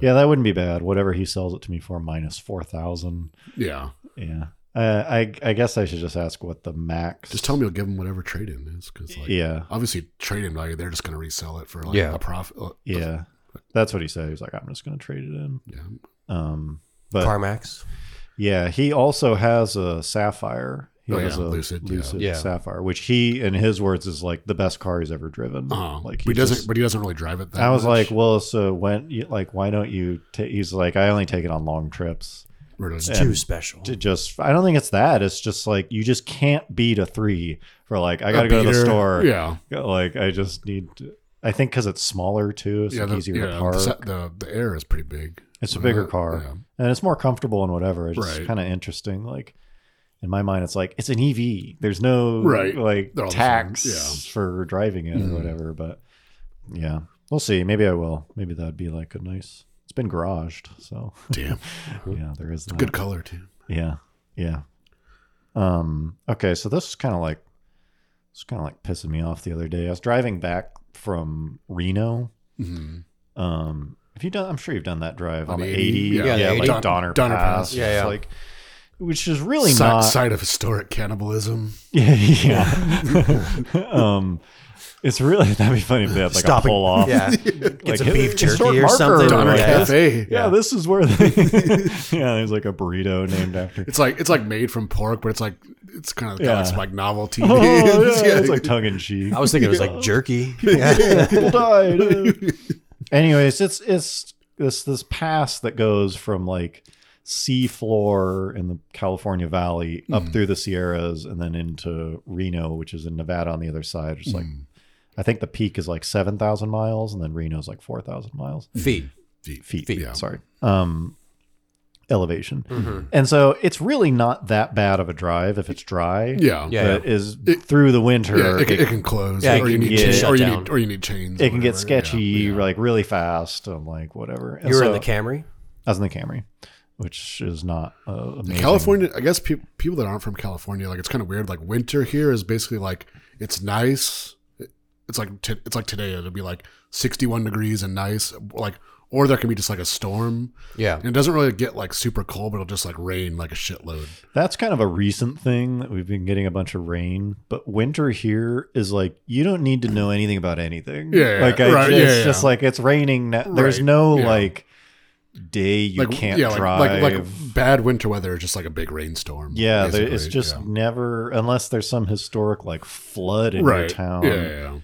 Yeah, that wouldn't be bad. Whatever he sells it to me for, minus four thousand.
yeah.
Yeah. Uh, I I guess I should just ask what the max.
Just tell me you'll give them whatever trade in is because like
yeah,
obviously trade in value they're just going to resell it for like
Yeah.
a uh, profit.
yeah. That's what he said. He was like, "I'm just going to trade it in."
yeah.
Um, but
CarMax.
yeah, he also has a sapphire. He
Oh,
has
yeah,
a
Lucid, yeah.
Yeah.
sapphire, which he, in his words, is like the best car he's ever driven.
Uh-huh.
Like
he
he's
doesn't,
just-
but he doesn't really drive it. That
I was
much.
like, well, so when, you, like, why don't you? take he's like, I only take it on long trips.
Really.
It's too special.
Oh.
To just, I don't think it's that. It's just like you just can't beat a three for like I
A
got to go to the
beater.
store.
Yeah,
like I just need. To, I think because it's smaller too, it's
yeah.
like
The,
easier
yeah,
to
the
park.
sa- the, the air is pretty big.
it's a bigger
Uh,
car,
yeah.
and it's more comfortable and whatever. It's just
Right.
kind of interesting. Like in my mind, it's like it's an EV. There's no
Right.
like
They're all the same.
tax
Yeah.
for driving it
Mhm.
or whatever. But yeah, we'll see. Maybe I will. Maybe that'd be like a nice. It's been garaged, so
Damn,
yeah, there is that.
Uh-huh. good color too.
Yeah, yeah. Um. Okay, so this is kind of like it's kind of like pissing me off the other day. I was driving back from Reno.
Mhm.
Um. Have you done? I'm sure you've done that drive on,
On
the 80.
80? Yeah,
Yeah,
the
like
80.
Donner,
Donner
Pass.
Pass.
Yeah,
It's
yeah.
Like, which is really
Si-
not.
side of historic cannibalism.
<laughs> Yeah, yeah. <laughs> um, it's really that'd be funny if they had like
Stop
a
it.
pull off.
Yeah.
Like,
Get some
hit-
beef jerky
historic
or
marker
something.
Donner
Yeah.
like,
Cafe.
yeah, this is where they.
<laughs>
<laughs> yeah, there's like a burrito named after. <laughs>
It's like it's like made from pork, but it's like it's kind of
Yeah.
like some like
<laughs>
novelty. <laughs>
Oh,
It's-
yeah,
yeah.
it's like tongue in cheek.
I was thinking it was
<laughs>
like jerky. Yeah.
people died. uh. <laughs> Anyways, it's it's this this pass that goes from like sea floor in the California Valley up
Mhm.
through the Sierras and then into Reno, which is in Nevada on the other side. It's like
Mm.
I think the peak is like seven thousand miles, and then Reno's like four thousand miles
Feet.
feet.
Feet.
Yeah. Sorry, um, elevation.
Mhm.
And so it's really not that bad of a drive if it's dry.
yeah,
Yeah.
But is
It-
through the winter
Yeah, it,
it
can- it can close,
Yeah, it
or, you
can
need
get
chains,
shut
or you
down.
need or you need chains.
it
or
can get
whatever. Yeah,
sketchy
yeah.
like really fast and like whatever. And
You were
so-
in the Camry.
I was in the Camry, which is not uh, amazing.
California, I guess peop people that aren't from California, like it's kind of weird. Like winter here is basically like it's nice. It's like t- it's like today. It'll be like sixty-one degrees and nice. Like or there can be just like a storm,
Yeah.
and it doesn't really get like super cold, but it'll just like rain like a shitload.
That's kind of a recent thing that we've been getting a bunch of rain, but winter here is like you don't need to know anything about anything.
Yeah,
like
right,
it's
yeah,
just
yeah.
like it's raining. Now. There's
Right,
no
yeah.
like day you
like
can't
yeah,
drive.
Like, like like bad winter weather is just like a big rainstorm.
yeah, there,
basically.
it's just
yeah.
never unless there's some historic like flood in your
right.
town.
Yeah, yeah, yeah.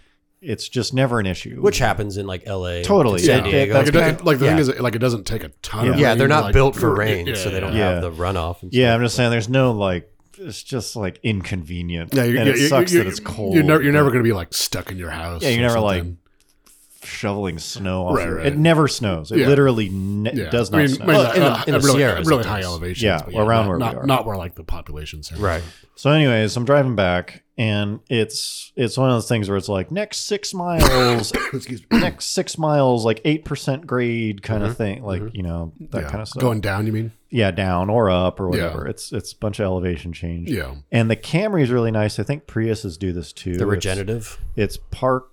It's just never an issue.
Which happens in like LA. and
Totally.
San
Yeah.
Diego.
Like, it
That's
does, like the
yeah.
thing is, like it doesn't take a ton. of
Yeah.
rain,
yeah, they're not
like-
built for rain,
Yeah,
so they
yeah,
don't
yeah.
Yeah.
have the runoff. And
Yeah,
stuff.
I'm just saying there's no like it's just like inconvenient.
Yeah, you-
and
yeah,
it
you-
sucks
you-
that it's cold.
You're never, you're never
but
going to be like stuck in your house.
Yeah, you're
or
never,
something.
like, shoveling snow off.
Right,
your-
right.
It never snows. It
Yeah.
literally ne-
Yeah.
does not
I mean,
snow. uh,
maybe
Well,
not-
in the-
not-
in the
really,
Sierras
really
it
high
does.
elevations.
Yeah,
but
around
not,
where we
not,
are.
not where like the population's.
right.
so anyways, I'm driving back and it's it's one of those things where it's like next six miles, <coughs>
Excuse me.
next six miles, like eight percent grade kind of thing, like you know that
Mm-hmm. Yeah.
kind of stuff.
Going down, you mean?
yeah, down or up or
Yeah.
whatever. It's it's a bunch of elevation change.
Yeah.
And the Camry is really nice. I think Priuses do this too.
The
It's-
regenerative.
It's, park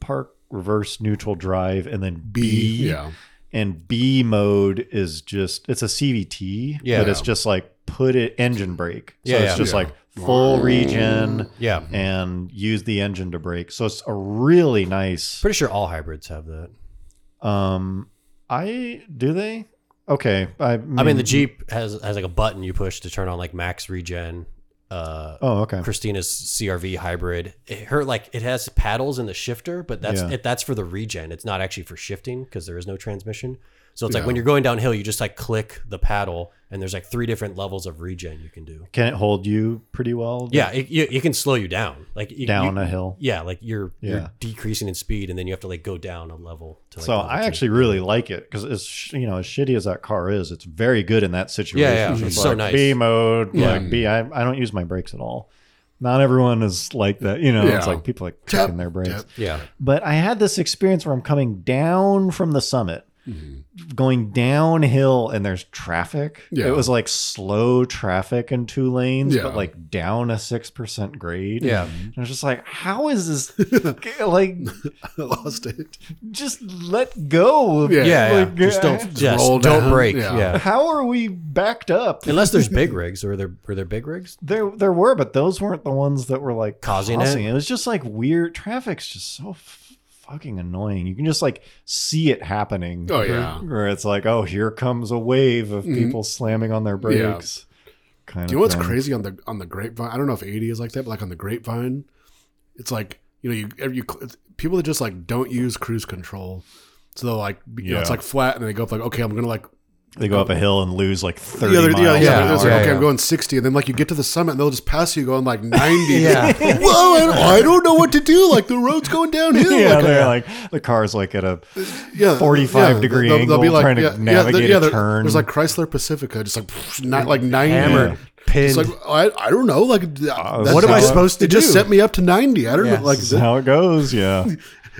park reverse neutral drive and then
B.
B,
Yeah.
and B mode is just it's a CVT,
Yeah.
but it's just like put it engine brake. So
Yeah,
it's
yeah.
just
Yeah.
like full regen
Yeah.
and use the engine to brake. So it's a really nice
Pretty sure all hybrids have that.
um I do they? Okay. I mean,
I mean, the Jeep has has like a button you push to turn on like max regen. Uh,
Oh, okay.
Christina's CRV hybrid. It, her like it has paddles in the shifter, but that's
Yeah.
it, that's for the regen. It's not actually for shifting because there is no transmission. So it's like when you're going downhill, you just like click the paddle, and there's like three different levels of regen you can do.
Can it hold you pretty well?
Yeah, it, you, it can slow you down. Like you-
Down
you-
a hill.
yeah, like you're
Yeah.
you're decreasing in speed, and then you have to like go down a level. To, like
so
level
I
two.
actually really like it because it's sh- you know as shitty as that car is, it's very good in that situation.
yeah,
it's
it's so
like
nice.
B mode,
Yeah.
like B. I, I don't use my brakes at all. Not everyone is like that, you know. It's
Yeah.
like people like
Tap,
checking their brakes.
tap.
yeah,
But I had this experience where I'm coming down from the summit, going downhill, and there's traffic.
Yeah.
It was like slow traffic in two lanes,
Yeah.
but like down a six percent grade.
Yeah.
and I was just like, how is
<laughs>
this? like,
I <laughs> lost it.
just let go of
Yeah.
yeah, yeah.
Like,
just
uh,
don't just
roll
don't
down.
break.
Yeah.
yeah.
How are we backed up?
Unless there's big rigs, or there were there big rigs?
There, there were, but those weren't the ones that were like
Causing it?
It. was just like weird. Traffic's just so f- fucking annoying. You can just like see it happening.
Oh, yeah.
where it's like, oh, here comes a wave of
Mhm.
people slamming on their brakes. Kind
Do you know what's
thing.
crazy on the on the grapevine? I don't know if eighty is like that, but like on the grapevine, it's like you know you every- you it's people that just like don't use cruise control, so they're like you know, it's
Yeah.
like flat, and they go up like okay, I'm gonna like
They go up a hill and lose like thirty
yeah, they're-
miles.
yeah,
an
yeah,
an hour.
it's like,
hour.
okay,
Yeah,
I'm
yeah.
going sixty, and then like you get to the summit, and they'll just pass you going like ninety.
<laughs>
Yeah.
<laughs> Whoa, I don't, I don't know what to do. Like the road's going downhill.
Yeah,
like,
they're like the car's like at a
yeah,
45 degree angle, trying to navigate a
there-
turn.
There's like Chrysler Pacifica, just like not like ninety.
Hammer
Yeah.
pin.
It's like I, I don't know. Like th- that's
Uh, what am I
how it-
supposed to
it Just
do?
set me up to ninety. I don't
Yeah.
know. Like
this is how it
<laughs>
goes. Yeah,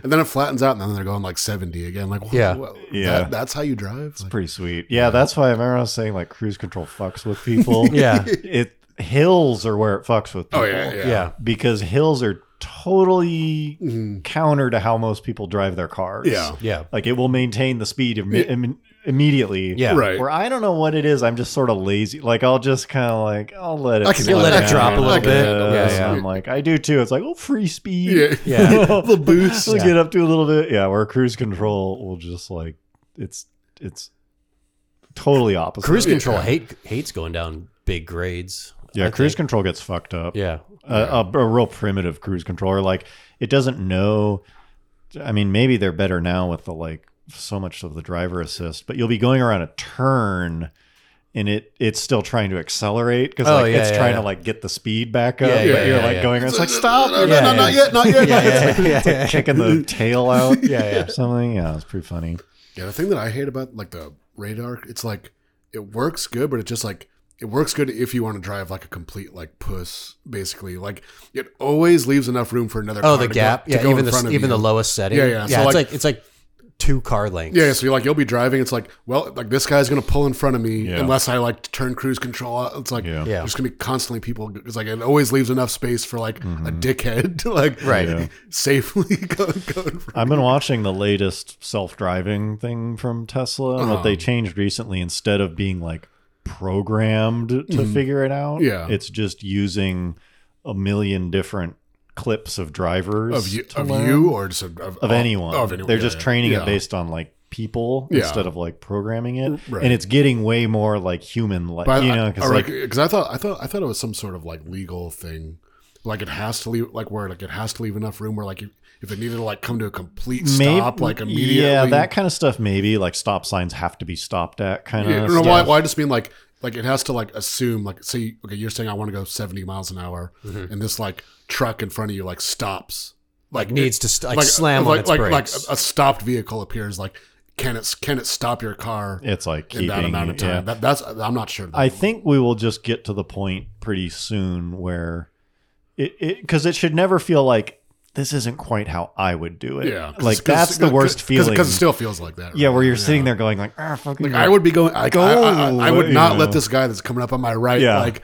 and then it flattens out, and then they're going like seventy again. Like wh-
Yeah.
wh-
Yeah.
that- that's how you drive. Like,
pretty sweet. Yeah, that's why I remember I was saying like cruise control fucks with
<laughs>
people.
Yeah.
it hills are where it fucks with people.
oh yeah, yeah.
yeah.
because hills are totally
mm-hmm.
counter to how most people drive their cars.
Yeah.
Yeah.
like it will maintain the speed imme- imme- immediately.
Yeah.
Right.
Where I don't know what it is, I'm just sort of lazy. Like I'll just kind of like I'll let it.
I can
slow
let it
down.
drop a
I
little
can
bit.
let it
Yeah,
slow
yeah.
down. like I do too. It's like oh, free speed.
Yeah. <laughs>
Yeah.
the boost.
<laughs> We'll get up to a little bit. Yeah, where cruise control will just like it's it's totally opposite.
Cruise control hate hates going down big grades.
yeah,
I
cruise
think.
control gets fucked up.
Yeah.
A, a, a real primitive cruise controller. Like it doesn't know. I mean, maybe they're better now with the like so much of the driver assist, but you'll be going around a turn. And it it's still trying to accelerate because
Oh,
like,
yeah,
it's
yeah,
trying
yeah.
to like get the speed back up,
Yeah, yeah,
but you're
yeah,
like
yeah.
going around. It's like stop,
No, no,
Yeah,
no,
yeah.
not yet, not yet.
Yeah. <laughs> Yeah. Yeah. yeah,
kicking the tail
<laughs>
out.
Yeah, yeah.
something. Yeah, it's pretty funny.
<laughs> Yeah, the thing that I hate about like the radar, it's like it works good, but it just like it works good if you want to drive like a complete like puss, basically. Like it always leaves enough room for another.
Oh,
car
the
to
gap.
Go, to
Yeah.
go
Even
in front
the
of
even the
you.
lowest setting.
Yeah, yeah. So,
it's
like-
like it's like two car lengths.
Yeah, so you're like you'll be driving. It's like, well, like this guy's gonna pull in front of me
Yeah.
unless I like turn cruise control. out. It's like
Yeah.
Yeah.
there's gonna be constantly people. It's like it always leaves enough space for like a dickhead to like
Right.
Yeah.
<laughs> safely go, go in front.
I've been watching the latest self-driving thing from Tesla.
Uh-huh.
and What they changed recently, instead of being like programmed to figure it out,
Mm-hmm. Yeah.
it's just using a million different clips of drivers
of you,
to
of
learn-
you or just of, of,
of anyone.
of anyone.
They're
Yeah,
just
yeah.
training
Yeah.
it based on like people
Yeah.
instead of like programming it,
Right.
and it's getting way more like human, like
But
you
I-
know,
I,
because
like,
like
'cause I thought I thought I thought it was some sort of like legal thing, like it has to leave like where like it has to leave enough room where like if, if it needed to like come to a complete
Maybe-
stop like immediately.
Yeah, that kind of stuff. Maybe like stop signs have to be stopped at kind
Yeah, no,
of. stuff.
why, why I just mean like like it has to like assume like say okay you're saying I want to go 70 miles an hour and this like truck in front of you like stops
Mm-hmm. Like
it-
needs to st- like, slam on
like,
its
like, like
brakes.
a, a stopped vehicle appears like can it can it stop your car
It's like
in
keeping
that amount of time
yeah.
that, that's I'm not sure
I think we will just get to the point pretty soon where it because it, should never feel like this isn't quite how I would do it.
Yeah, 'cause-
like
'cause-
that's the
'cause-
worst
'cause-
feeling.
because it still feels like that.
yeah,
right?
where you're sitting there going like, ah, fucking.
Like I would be going. Like, I, I, I- I
Go,
would not
you know.
let this guy that's coming up on my right
Yeah.
like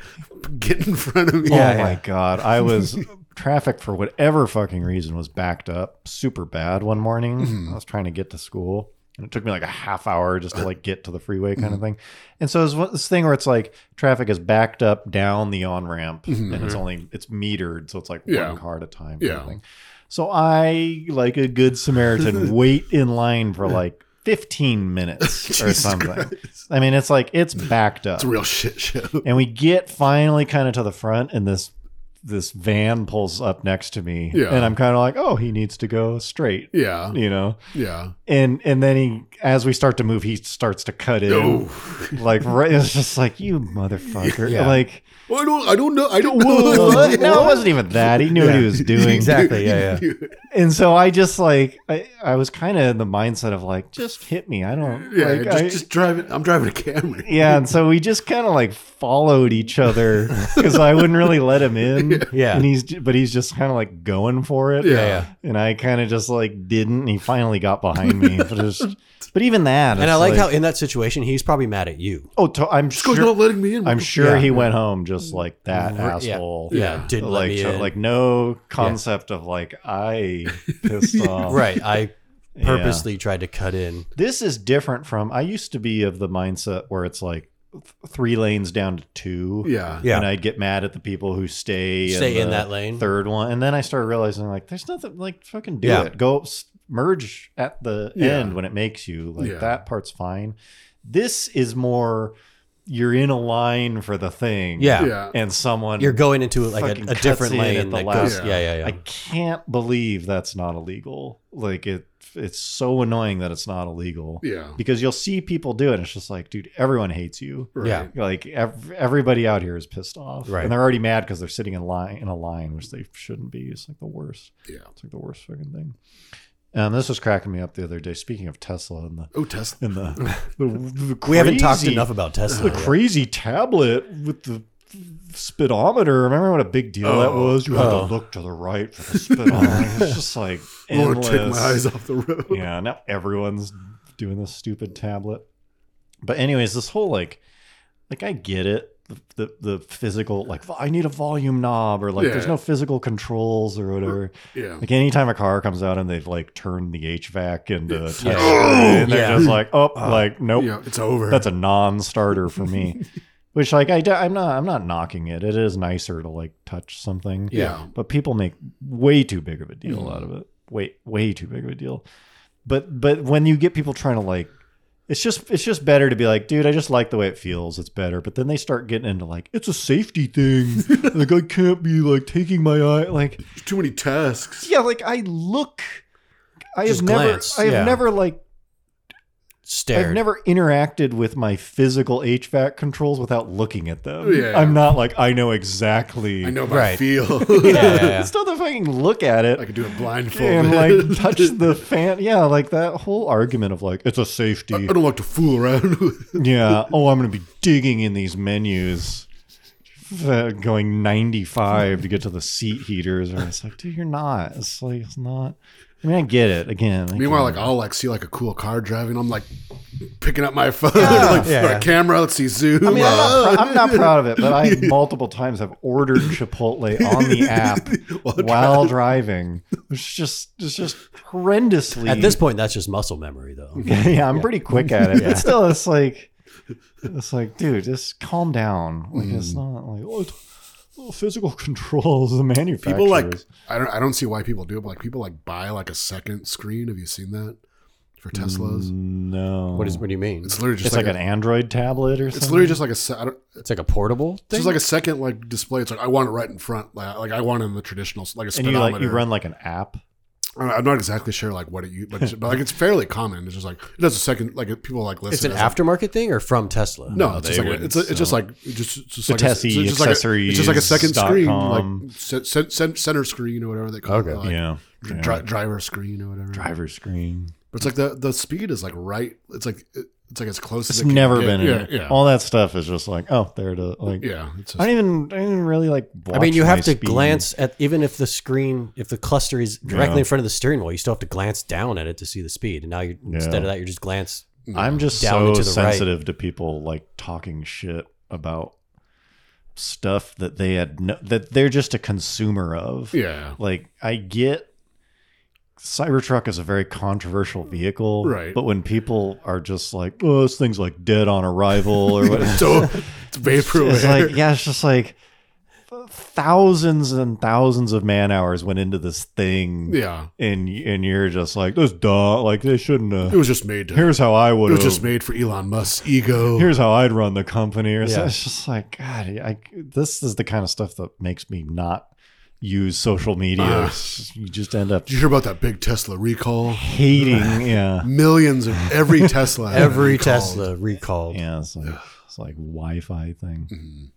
get in front <laughs> of me.
oh my god, I was traffic for whatever fucking reason was backed up super bad one morning.
Hmm.
I was trying to get to school. And it took me like a half hour just
Uh.
to like get to the freeway kind
Hmm.
of thing. And so it's one- this thing where it's like traffic is backed up down the on ramp and it's only it's metered, so it's like
Hmm, Yeah.
one car at a time. kind of
Yeah.
thing. So I, like a good
<laughs>
Samaritan, wait in line for like 15 minutes or
Jesus
something. I mean, it's like it's backed up
It's a real shit <laughs> show.
and we get finally kind of to the front and this this van pulls up next to me
Yeah.
and i'm kind of like oh he needs to go straight
Yeah,
you know
yeah.
and and then he as we start to move he starts to cut in
Oh,
like right it's just like you motherfucker
Yeah.
<laughs>
like
I don't. I don't know. I don't
<laughs>
know.
no
<laughs>
it wasn't even that he knew what he was doing
Exactly. Yeah. Yeah.
and so i just like i, I was kind of in the mindset of like just hit me i don't
Yeah,
like,
just,
I-
just driving. I'm driving a Camry.
yeah, and so we just kind of like followed
<laughs>
each other because I wouldn't really let him in.
Yeah.
and he's but he's just kind of like going for it.
Yeah.
yeah.
and I kind of just like didn't. And he finally got behind me,
<laughs>
but it's but even that.
And
uh, it's
I like, how in that situation he's probably mad at you.
oh, to, I'm
Just goes
sure
not letting me in.
I'm sure
Yeah.
he went home just like that
Yeah.
asshole.
Yeah,
Yeah.
didn't let
Like,
me
so-
in.
like no concept of like I pissed
<laughs>
off.
right. I
<laughs> Yeah.
purposely tried to cut in.
This is different from I used to be of the mindset where it's like th- three lanes down to two.
Yeah.
Yeah.
and I'd get mad at the people who stay
Stay in
the
that lane.
third one, and then I started realizing like there's nothing like fucking do
Yeah.
it. Go s- merge at the
Yeah.
end when it makes you like
Yeah.
that part's fine. This is more you're in a line for the thing,
Yeah.
Yeah.
and someone
You're going into like
Fucking
a, a
cuts
different
in at
lane
the
that
last-
goes. Yeah. Yeah. Yeah.
I can't believe that's not illegal. Like it, it's so annoying that it's not illegal
Yeah.
because you'll see people do it. And it's just like, dude, everyone hates you.
Right.
Yeah.
like ev- everybody out here is pissed off
Right.
and they're already mad because they're sitting in line in a line which they shouldn't be it's like the worst
Yeah.
it's like the worst fucking thing and this was cracking me up the other day speaking of tesla and the
Oh, Tesla.
<laughs>
and the, the, the
We haven't talked
crazy-
enough about Tesla.
the
yet.
crazy tablet with the speedometer remember what a big deal that
Oh.
was you had
Oh.
to look to the right for
<laughs>
the speedometer it's just like
I want to take my
endless
eyes off the road.
yeah, now everyone's doing this stupid tablet. But anyways, this whole like, like I get it. The the, the physical like I need a volume knob or like there's
Yeah.
no physical controls or whatever.
Yeah.
Like anytime a car comes out and they've like turned the HVAC into
Yeah.
Tesla,
Oh!
and they're
Yeah.
just like oh
Uh,
like nope
Yeah, it's over.
that's a non-starter for me. Which like I d- I'm not I'm not knocking it. It is nicer to like touch something
yeah.
but people make way too big of a deal
Mhm.
out of it way way too big of a deal but but when you get people trying to like it's just it's just better to be like dude i just like the way it feels it's better but then they start getting into like it's a safety thing like i can't be like taking my eye like
There's too many tasks.
yeah like i look i
Just
have never
glance,
i have
yeah.
never like
Stared.
i've never interacted with my physical hvac controls without looking at them
Yeah.
i'm not like i know exactly
I know by
Right.
<laughs>
feel. <laughs>
Yeah, yeah, yeah.
still the fucking look at it
I could do it blindfolded. <laughs>
and like touch the fan. Yeah, like that whole argument of like it's a
I,
safety.
I don't like to fool around. <laughs> with-
Yeah. Oh, I'm gonna be digging in these menus, uh, going 95 to get to the seat heaters. And it's like, dude, you're not. It's like it's not. I mean, I get it. Again, I
Meanwhile, like
get it.
I'll like see like a cool car driving. I'm like picking up my <laughs> phone,
Yeah.
like
Yeah.
or a camera. Let's see zoom.
I mean, I'm not, prou- I'm not proud of it, but I
<laughs>
multiple times have ordered Chipotle on the app
While
while driving. It's just, it's just horrendously
At this point, that's just muscle memory, though.
<laughs> yeah, I'm pretty quick at it. But still, it's like, it's like, dude, just calm down. Like,
Hmm.
it's not like oh, it's- oh, physical <laughs> controls. The manufacturers.
people like <laughs> I don't I don't see why people do it, but like people like buy like a second screen. Have you seen that for Teslas?
no.
What is? What do you mean?
It's literally
Mm. It's,
just
like,
like,
an Android tablet or
a, it's
something.
literally just like a se- I don't,
It's like a portable
it's
thing.
just like a second like display. It's like I want it right in front. Like, like I want it in the traditional like a
and you
speedometer.
like you run like an app.
I don't- I'm not exactly sure like what it you, but, it's- but like it's fairly common. It's just like it does a second like people like listen.
it's an
as a-
aftermarket thing, or from Tesla?
No,
No,
it's
they
just like a,
wouldn't
it's, a, it's just
sell.
like it's just, it's just
The
like a-
Tessie
it's just like a- it's just like a second screen,
accessories dot com.
like cent, cent, cent, center screen or whatever they call
Okay.
it, like,
yeah.
dri- driver screen or whatever.
Driver screen.
But it's like the the speed is like right. It's like it, It's like as close
It's
as it can
never
get.
been in
yeah,
it.
Yeah,
All that stuff is just like, oh, there it is. Like,
yeah. It's just,
I didn't even, I didn't even really like.
I mean,
watch
you
my
have to
speed.
glance at even if the screen, if the cluster is directly
Yeah.
in front of the steering wheel, you still have to glance down at it to see the speed. And now you are instead of
Yeah.
that, you're just glance.
I'm just
down
so
into the right.
sensitive to people like talking shit about stuff that they had no, that they're just a consumer of.
yeah. <laughs>
Like I get Cybertruck is a very controversial vehicle,
Right.
But when people are just like, "Oh, this thing's like dead on arrival,"
<laughs>
or whatever,
so it's vaporware.
it's like, yeah, it's just like thousands and thousands of man hours went into this thing,
<laughs> yeah.
and and you're just like, "This duh, like they shouldn't."
It
Uh,
was just made. To, it
here's how I would.
was
have
just made for Elon Musk's ego.
here's how I'd run the company. Or so-
Yeah.
It's just like, God, I, this is the kind of stuff that makes me not use social media.
Ah.
It's just- you just end up
Did you hear about that big Tesla recall?
hating. yeah.
Millions
<laughs>
of every Tesla. had
Every
recalled.
Tesla recalled.
Yeah. It's like, it's like Wi Fi thing.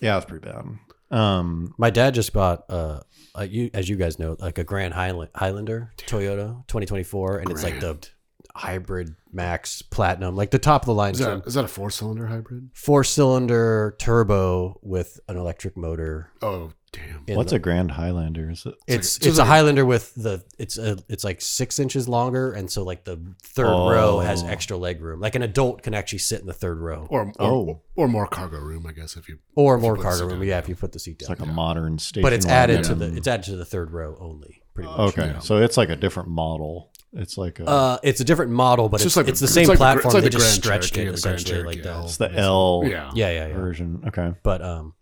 Yeah, it's pretty bad. Um,
My dad just bought uh, a, you as you guys know, like a Grand Highland, Highlander Toyota 2024, and it's like the hybrid Max Platinum, like the top of the line
Is that is that a four cylinder hybrid?
four cylinder turbo with an electric motor.
Oh damn.
in
what's
the-
a Grand Highlander? Is it?
It's
like- so
it's a
like-
Highlander with the it's a it's like six inches longer, and so like the third row has
Oh.
extra leg room. Like an adult can actually sit in the third row or,
Or, or
Oh.
or more cargo room, I guess. If you
more
put the
cargo
seat
room.
down.
Yeah, if you put the seat
It's
down.
like a modern station.
but it's added to
wagon.
the it's added to the third row only, pretty much.
okay. So it's like a different model. It's like a.
Uh, it's a different model, but
It's
it's, it's,
just like the-
the
it's
same
like the gr- it's
platform.
like
they
the
just
Grand
stretched
Cherokee
it
and the
essentially,
Grand
like
Cherokee
that.
it's the L
yeah.
Yeah, yeah, yeah.
version. Okay.
But um,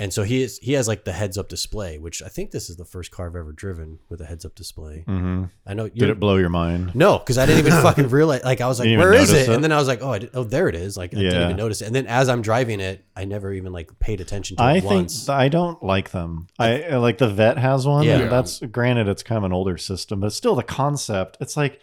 and so he is he has like the heads up display, which I think this is the first car I've ever driven with a heads up display.
hmm
I know
Did
you
it blow your mind?
No, because I didn't
<laughs>
even fucking realize. Like I was like,
You didn't
"Where
even
is
notice
it?
it?
And then I was like, "Oh, I did, oh, there it is!" Like I didn't
Yeah.
even notice it. And then as I'm driving it, I never even like paid attention to
I
it
think
once.
th- I don't like them. I I like the vet has one.
Yeah.
Yeah. That's granted, it's kind of an older system, but still the concept. It's like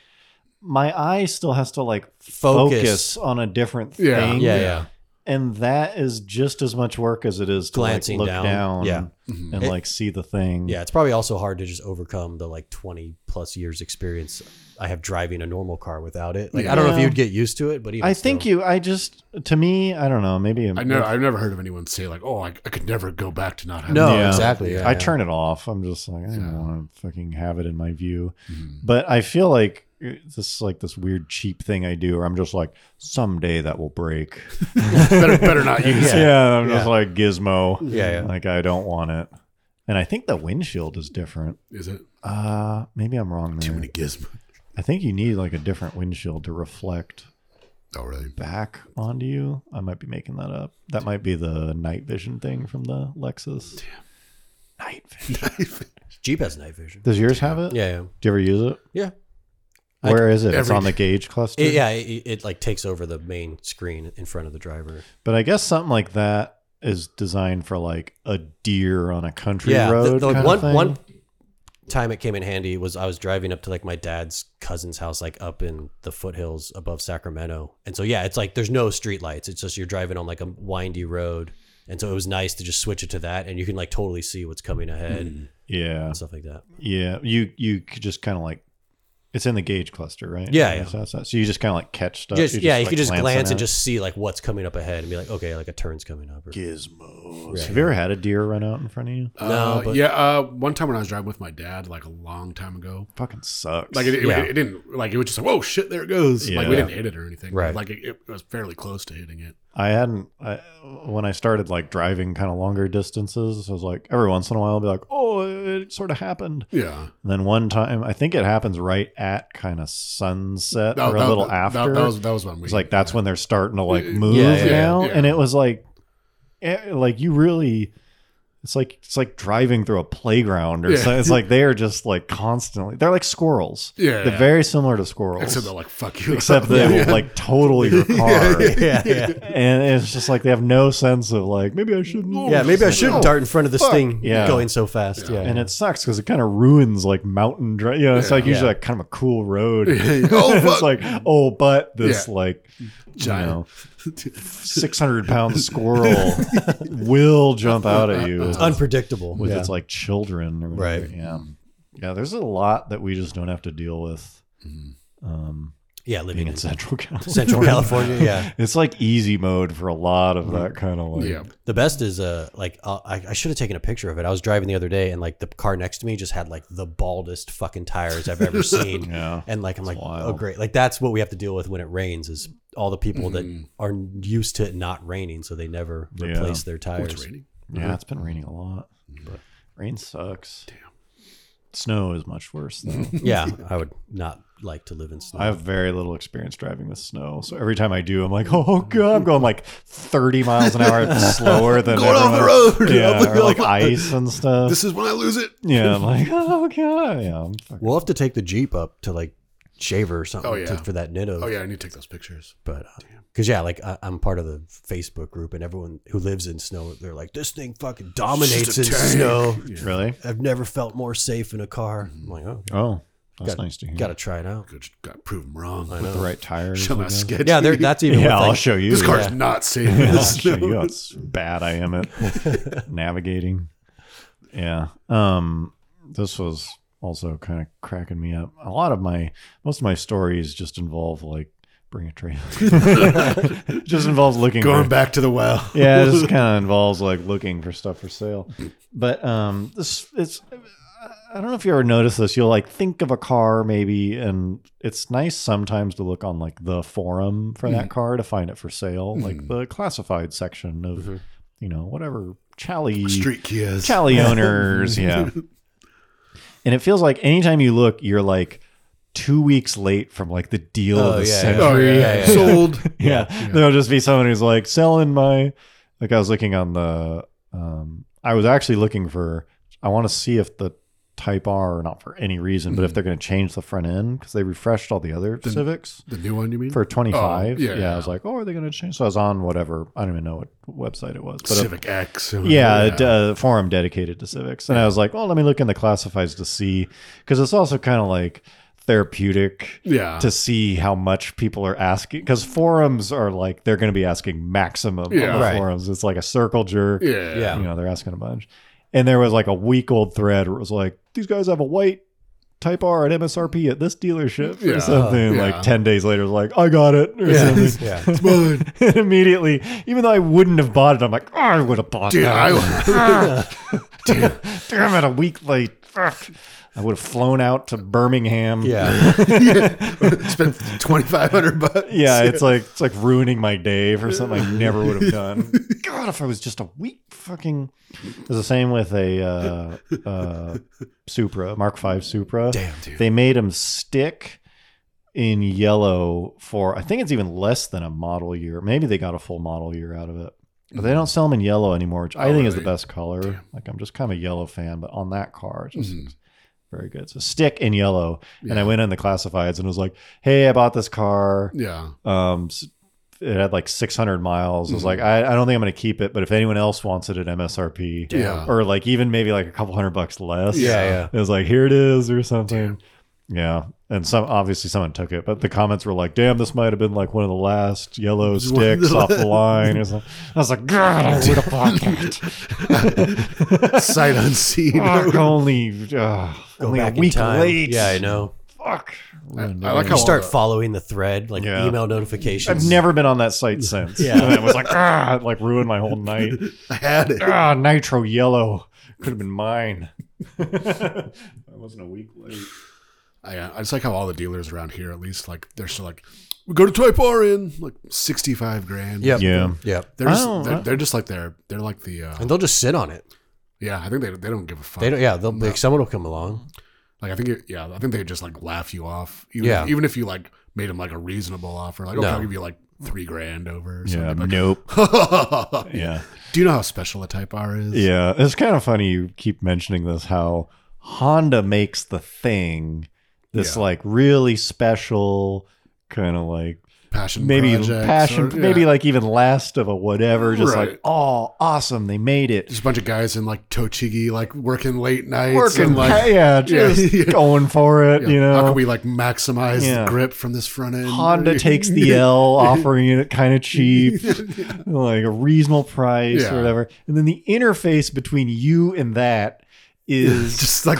my eye still has to like
Focus.
focus, on a different
Yeah.
thing.
yeah, yeah,
And that is just as much work as it is to
Glancing
like look
down.
down,
Yeah.
Mhm.
and
It-
like see the thing.
yeah. It's probably also hard to just overcome the like 20 plus years experience I have driving a normal car without it. Like I don't know if
Yeah.
you'd get used to it, but even
I think you I just to me, I don't know, maybe
I never, I've never heard of anyone say like, "Oh, I, I could never go back to not having."
No,
Yeah.
exactly. Yeah,
I
yeah.
turn it off. I'm just like, I don't
Yeah.
want to fucking have it in my view.
Mhm.
But I feel like uh, this is like this weird cheap thing I do where I'm just like, someday that will break.
<laughs>
<laughs>
better,
<laughs>
better not use.
yeah.
it.
I'm just like gizmo.
Yeah, yeah.
Like I don't want it. And I think the windshield is different.
Is it
Uh maybe I'm wrong
too
there.
many gizmos?
I think you need like a different windshield to reflect
Oh, really? <laughs>
back onto you. I might be making that up. That might be the night vision thing from the Lexus. Night vision.
Jeep has night vision.
Does yours have it?
Yeah, yeah.
Do you ever use it?
Yeah. I-
Where is it? It's
<laughs>
every-
on the gauge cluster.
It, yeah, it, it like takes over the main screen in front of the driver.
But I guess something like that is designed for like a deer on a country
yeah, the-
road.
the,
kind
one
of thing.
one time it came in handy was I was driving up to like my dad's cousin's house, like up in the foothills above Sacramento, and so yeah, it's like there's no street lights. It's just you're driving on like a windy road, and so it was nice to just switch it to that, and you can like totally see what's coming ahead
Yeah.
and stuff like that.
Yeah. You you could just kind of like it's in the gauge cluster, right?
Yeah, yeah.
So, so- so you just kind of like catch stuff.
Just,
You're
yeah, you
like,
can just
glancing
glance and
at it.
just see like what's coming up ahead, and be like, okay, like a turn's coming
<laughs>
up. Or,
gizmos. Have you ever had a deer run out in front of you?
Uh,
No, but-
yeah. Uh, one time when I was driving with my dad, like a long time ago,
Fucking sucks.
like it, it,
Yeah.
it didn't, like it was just like, "Whoa, shit, there it goes!" Like we
Yeah.
didn't hit it or anything.
Right.
Like it, it was fairly close to hitting it.
I hadn't I, when I started like driving kind of longer distances. I was like every once in a while, I'll be like, oh, it, it sort of happened.
Yeah.
And then one time, I think it happens right at kind of sunset
That-
or a
that-
little
that-
after.
That, was that was when we.
It's like that's when they're starting to like move
yeah, yeah,
now,
yeah.
and it was like, eh, like you really, it's like it's like driving through a playground or
Yeah. <laughs>
something. It's like they are just like constantly. They're like squirrels.
Yeah.
they're very similar to squirrels,
Except
except,
they're
<laughs>
like fuck you. <laughs>
they
Yeah.
will like total your car,
yeah, <laughs> yeah,
and it's just like they have no sense of like maybe I shouldn't.
yeah. Maybe I shouldn't
Oh,
dart in front of this
fuck.
thing
Yeah.
going so fast. Yeah,
And it sucks because it kind of ruins like mountain drive. You know, it's like
Yeah.
usually like kind of a cool road. <laughs>
oh
it's
fuck!
like oh, but this
Yeah.
like
Giant.
you know, 600 pound squirrel will jump out at you
it's unpredictable.
with
yeah.
its like children. Or whatever.
Right.
Yeah. Yeah. There's a lot that we just don't have to deal with. Um,
Yeah,
being
living
in
in
Central California. <laughs>
Central California. Yeah,
It's like easy mode for a lot of that kind of
<laughs>
like.
yeah.
the best is uh like uh, I, I should have taken a picture of it. I was driving the other day and like the car next to me just had like the baldest fucking tires I've
<laughs>
ever seen.
Yeah.
And like I'm like, oh
wild.
great, like that's what we have to deal with when it rains is all the people
Mm-hmm.
that are used to it not raining, so they never
Yeah.
replace their
Oh, it's
tires.
raining.
Yeah, it's been raining a lot. But rain sucks. Damn. Snow is much worse though.
<laughs> yeah, I would not like to live in snow.
I have very little experience driving with snow, so every time I do, I'm like, oh god, I'm going like 30 miles an
<laughs>
hour slower than
Going off the
everyone-
road! <laughs>
Yeah, or like ice and stuff.
This is when I lose it.
yeah, I'm like, oh god, yeah, I'm fucking-
We'll have to take the jeep up to like Shaver or something
Oh, yeah.
to- for that Nitto.
Oh yeah, I need to take those pictures.
but because yeah, like I, I'm part of the Facebook group, and everyone who lives in snow, they're like, this thing fucking dominates
Just a
in
tank. <laughs>
snow.
Yeah.
really.
I've never felt more safe in a car. I'm like, oh,
Oh, that's
Got-
nice to hear.
gotta try it out.
Good, got proven wrong.
I
with the
know.
right tires.
Show
I
my
guess.
sketch.
Yeah,
<laughs>
there- that's even.
Yeah,
with,
I'll
like-
show you.
this car's
Yeah.
not safe.
Yeah,
in the
I'll show
snow.
you how bad I am at navigating. Yeah. Um this was also kind of cracking me up. A lot of my most of my stories just involve like bring a trailer. <laughs> just involves looking
Going
for,
back to the well.
<laughs> Yeah,
<laughs>
it just kind of involves like looking for stuff for sale. But um this it's I don't know if you ever noticed this. You'll like think of a car maybe, and it's nice sometimes to look on like the forum for
Mm-hmm.
that car to find it for sale, like
Mhm.
the classified section of
Mhm.
you know whatever Chally
Street
<laughs>
Kias.
Chally owners, yeah. And it feels like anytime you look, you're like two weeks late from like the deal
Oh,
of the
yeah, yeah.
century.
Oh yeah, yeah, yeah.
<laughs>
sold.
Yeah. There'll just be someone who's like selling my like I was looking on the um I was actually looking for I want to see if the Type R not for any reason, but if they're going to change the front end because they refreshed all the other Civics
The new one, you mean?
for
Oh,
25.
yeah,
yeah,
yeah.
I was like, "Oh, are they going to change?" So I was on whatever, I don't even know what website it was, but a-
Civic X.
yeah, a d- uh, forum dedicated to civics. And I was like, well, let me look in the classifieds to see, because it's also kind of like therapeutic
yeah.
to see how much people are asking. Because forums are like, they're going to be asking maximum
Yeah.
on the
Right.
forums. It's like a circle jerk.
yeah,
Yeah.
You know, they're asking a bunch. And there was like a week old thread where it was like, these guys have a white type R at MSRP at this dealership
Yeah.
or something.
Yeah.
Like 10 days later, it was like, I got it or something. <laughs>
yeah.
It's mine.
And immediately, even though I wouldn't have bought it, I'm like, oh, I would have bought
Dude,
that. <laughs> Uh,
I
Damn it, a week late. Fuck. I would have flown out to Birmingham. <laughs>
Yeah.
<laughs> spent twenty five hundred bucks. <laughs>
Yeah, it's like it's like ruining my day for something I never would
<laughs>
have done. God, if I was just a weak fucking It's the same with a uh, uh, Supra, Mark V Supra.
Damn, dude.
They made him stick in yellow for I think it's even less than a model year. Maybe they got a full model year out of it. But they don't sell them in yellow anymore, which I
Oh,
think is the
really?
best color. Like I'm just kind of a yellow fan, but on that car, it's just
Mhm.
very good. So stick in yellow, and
Yeah.
I went in the classifieds and was like, "Hey, I bought this car.
Yeah.
Um, s- it had like 600 miles. I was like,
Mm-hmm.
I, I don't think I'm going to keep it, but if anyone else wants it at MSRP,
Yeah.
or like even maybe like a couple hundred bucks less,
Yeah, yeah.
it was like here it is or something. Yeah, and some obviously someone took it, but the comments were like, "Damn, this might have been like one of the last yellow
is one of
sticks
the <laughs>
off the line." Or something. I was like, "God, I would have bought that."
Sight
<laughs>
unseen.
Fuck, only uh,
Go
only a
back in
week
time.
late.
Yeah, I know.
Fuck.
I like
You
how-
start
the-
following the thread, like
Yeah.
email notifications.
I've never been on that site since.
Yeah.
and it was like ah, it, like ruined my
<laughs>
whole night.
I had it.
Ah, nitro yellow could have
<laughs>
been mine. I wasn't a week late.
I, uh, I just like how all the dealers around here, at least, like they're still like, we go to Type R in like sixty five grand.
Yep.
Yeah.
Yep.
They're
I don't
just they're,
know.
they're just like they're they're like the uh,
And they'll just sit on it.
yeah. I think they they don't give a fuck.
They don't. Yeah. They'll like someone will come along.
Like I think it, yeah. I think they just like laugh you off. Even,
Yeah.
Even if you like made them like a reasonable offer, like okay,
No.
I'll give you like three grand over. Or
Yeah.
something. Like,
Nope.
<laughs> Do
Yeah.
you know how special a Type R is?
Yeah. It's kind of funny you keep mentioning this how Honda makes the thing this
Yeah.
like really special kind of like
Passion.
maybe
projects
passion
or- yeah.
maybe like even last of a whatever just
Right.
like oh awesome they made it
just a bunch of guys in like Tochigi, like working late nights,
working
and, like
<laughs> yeah just
<laughs> yeah.
going for it
yeah,
you know
how can we like maximize
Yeah.
the grip from this front end?
Honda takes
<laughs>
the L, offering it kind of cheap, like a reasonable price
Yeah. <laughs>
or whatever. And then the interface between you and that is
Just like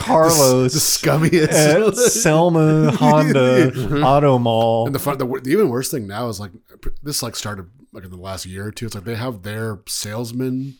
<laughs>
Carlos
the, s- the scummiest. <laughs>
at Selma Honda Auto Mall.
And the fun, the, wor- the even worse thing now is like this like started like in the last year or two. It's like they have their salesmen,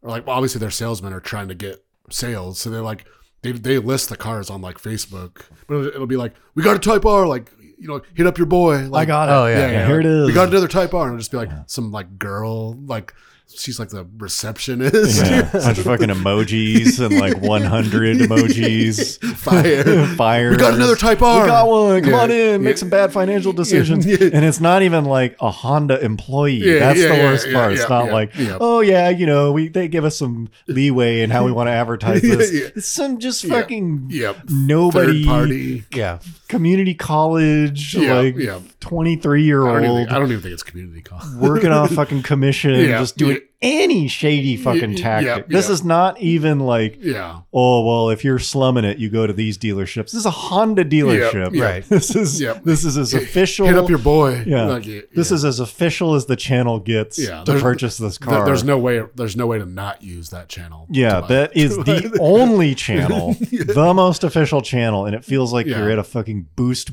or like well, obviously their salesmen are trying to get sales, so they like they they list the cars on like Facebook, but it'll, it'll be like we got a Type R, like you know hit up your boy, like
I got it.
Oh, yeah,
yeah,
yeah,
here it is.
we got another Type R, and it'll just be like some like girl, like she's like the receptionist,
Yeah, <laughs> bunch of fucking emojis and like 100 emojis.
fire.
<laughs> Fire.
We got another Type R.
We got one. Come
Yeah.
on in. Make some bad financial decisions.
Yeah.
And it's not even like a Honda employee.
Yeah,
That's
yeah,
the
yeah,
worst
yeah,
part.
yeah,
it's not
yeah,
like,
yeah.
oh yeah, you know, we they give us some leeway in how we want to advertise
<laughs> Yeah,
this.
yeah.
It's some just
Yeah.
fucking
<laughs> Yep.
nobody
Third party.
Yeah.
community college
Yeah,
like
yeah.
23 year
I don't, even think, I
old
don't even think it's community college.
working off fucking commission
Yeah,
just doing any shady fucking
yeah,
tactic. This
yeah.
is not even like
<laughs> Yeah.
oh well if you're slumming it you go to these dealerships. This is a Honda dealership.
yeah.
Right.
<laughs> This is
Yeah.
this is as official
Hit up your boy.
Yeah.
Like, yeah,
This
yeah.
is as official as the channel gets
Yeah,
to
there's-
purchase this
Th-
car.
there's no way. There's no way to not use that channel.
yeah,
to buy
that
it. <laughs>
is the only channel, the most official channel, and it feels like
Yeah.
you're at a fucking Boost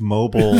<laughs>
Mobile,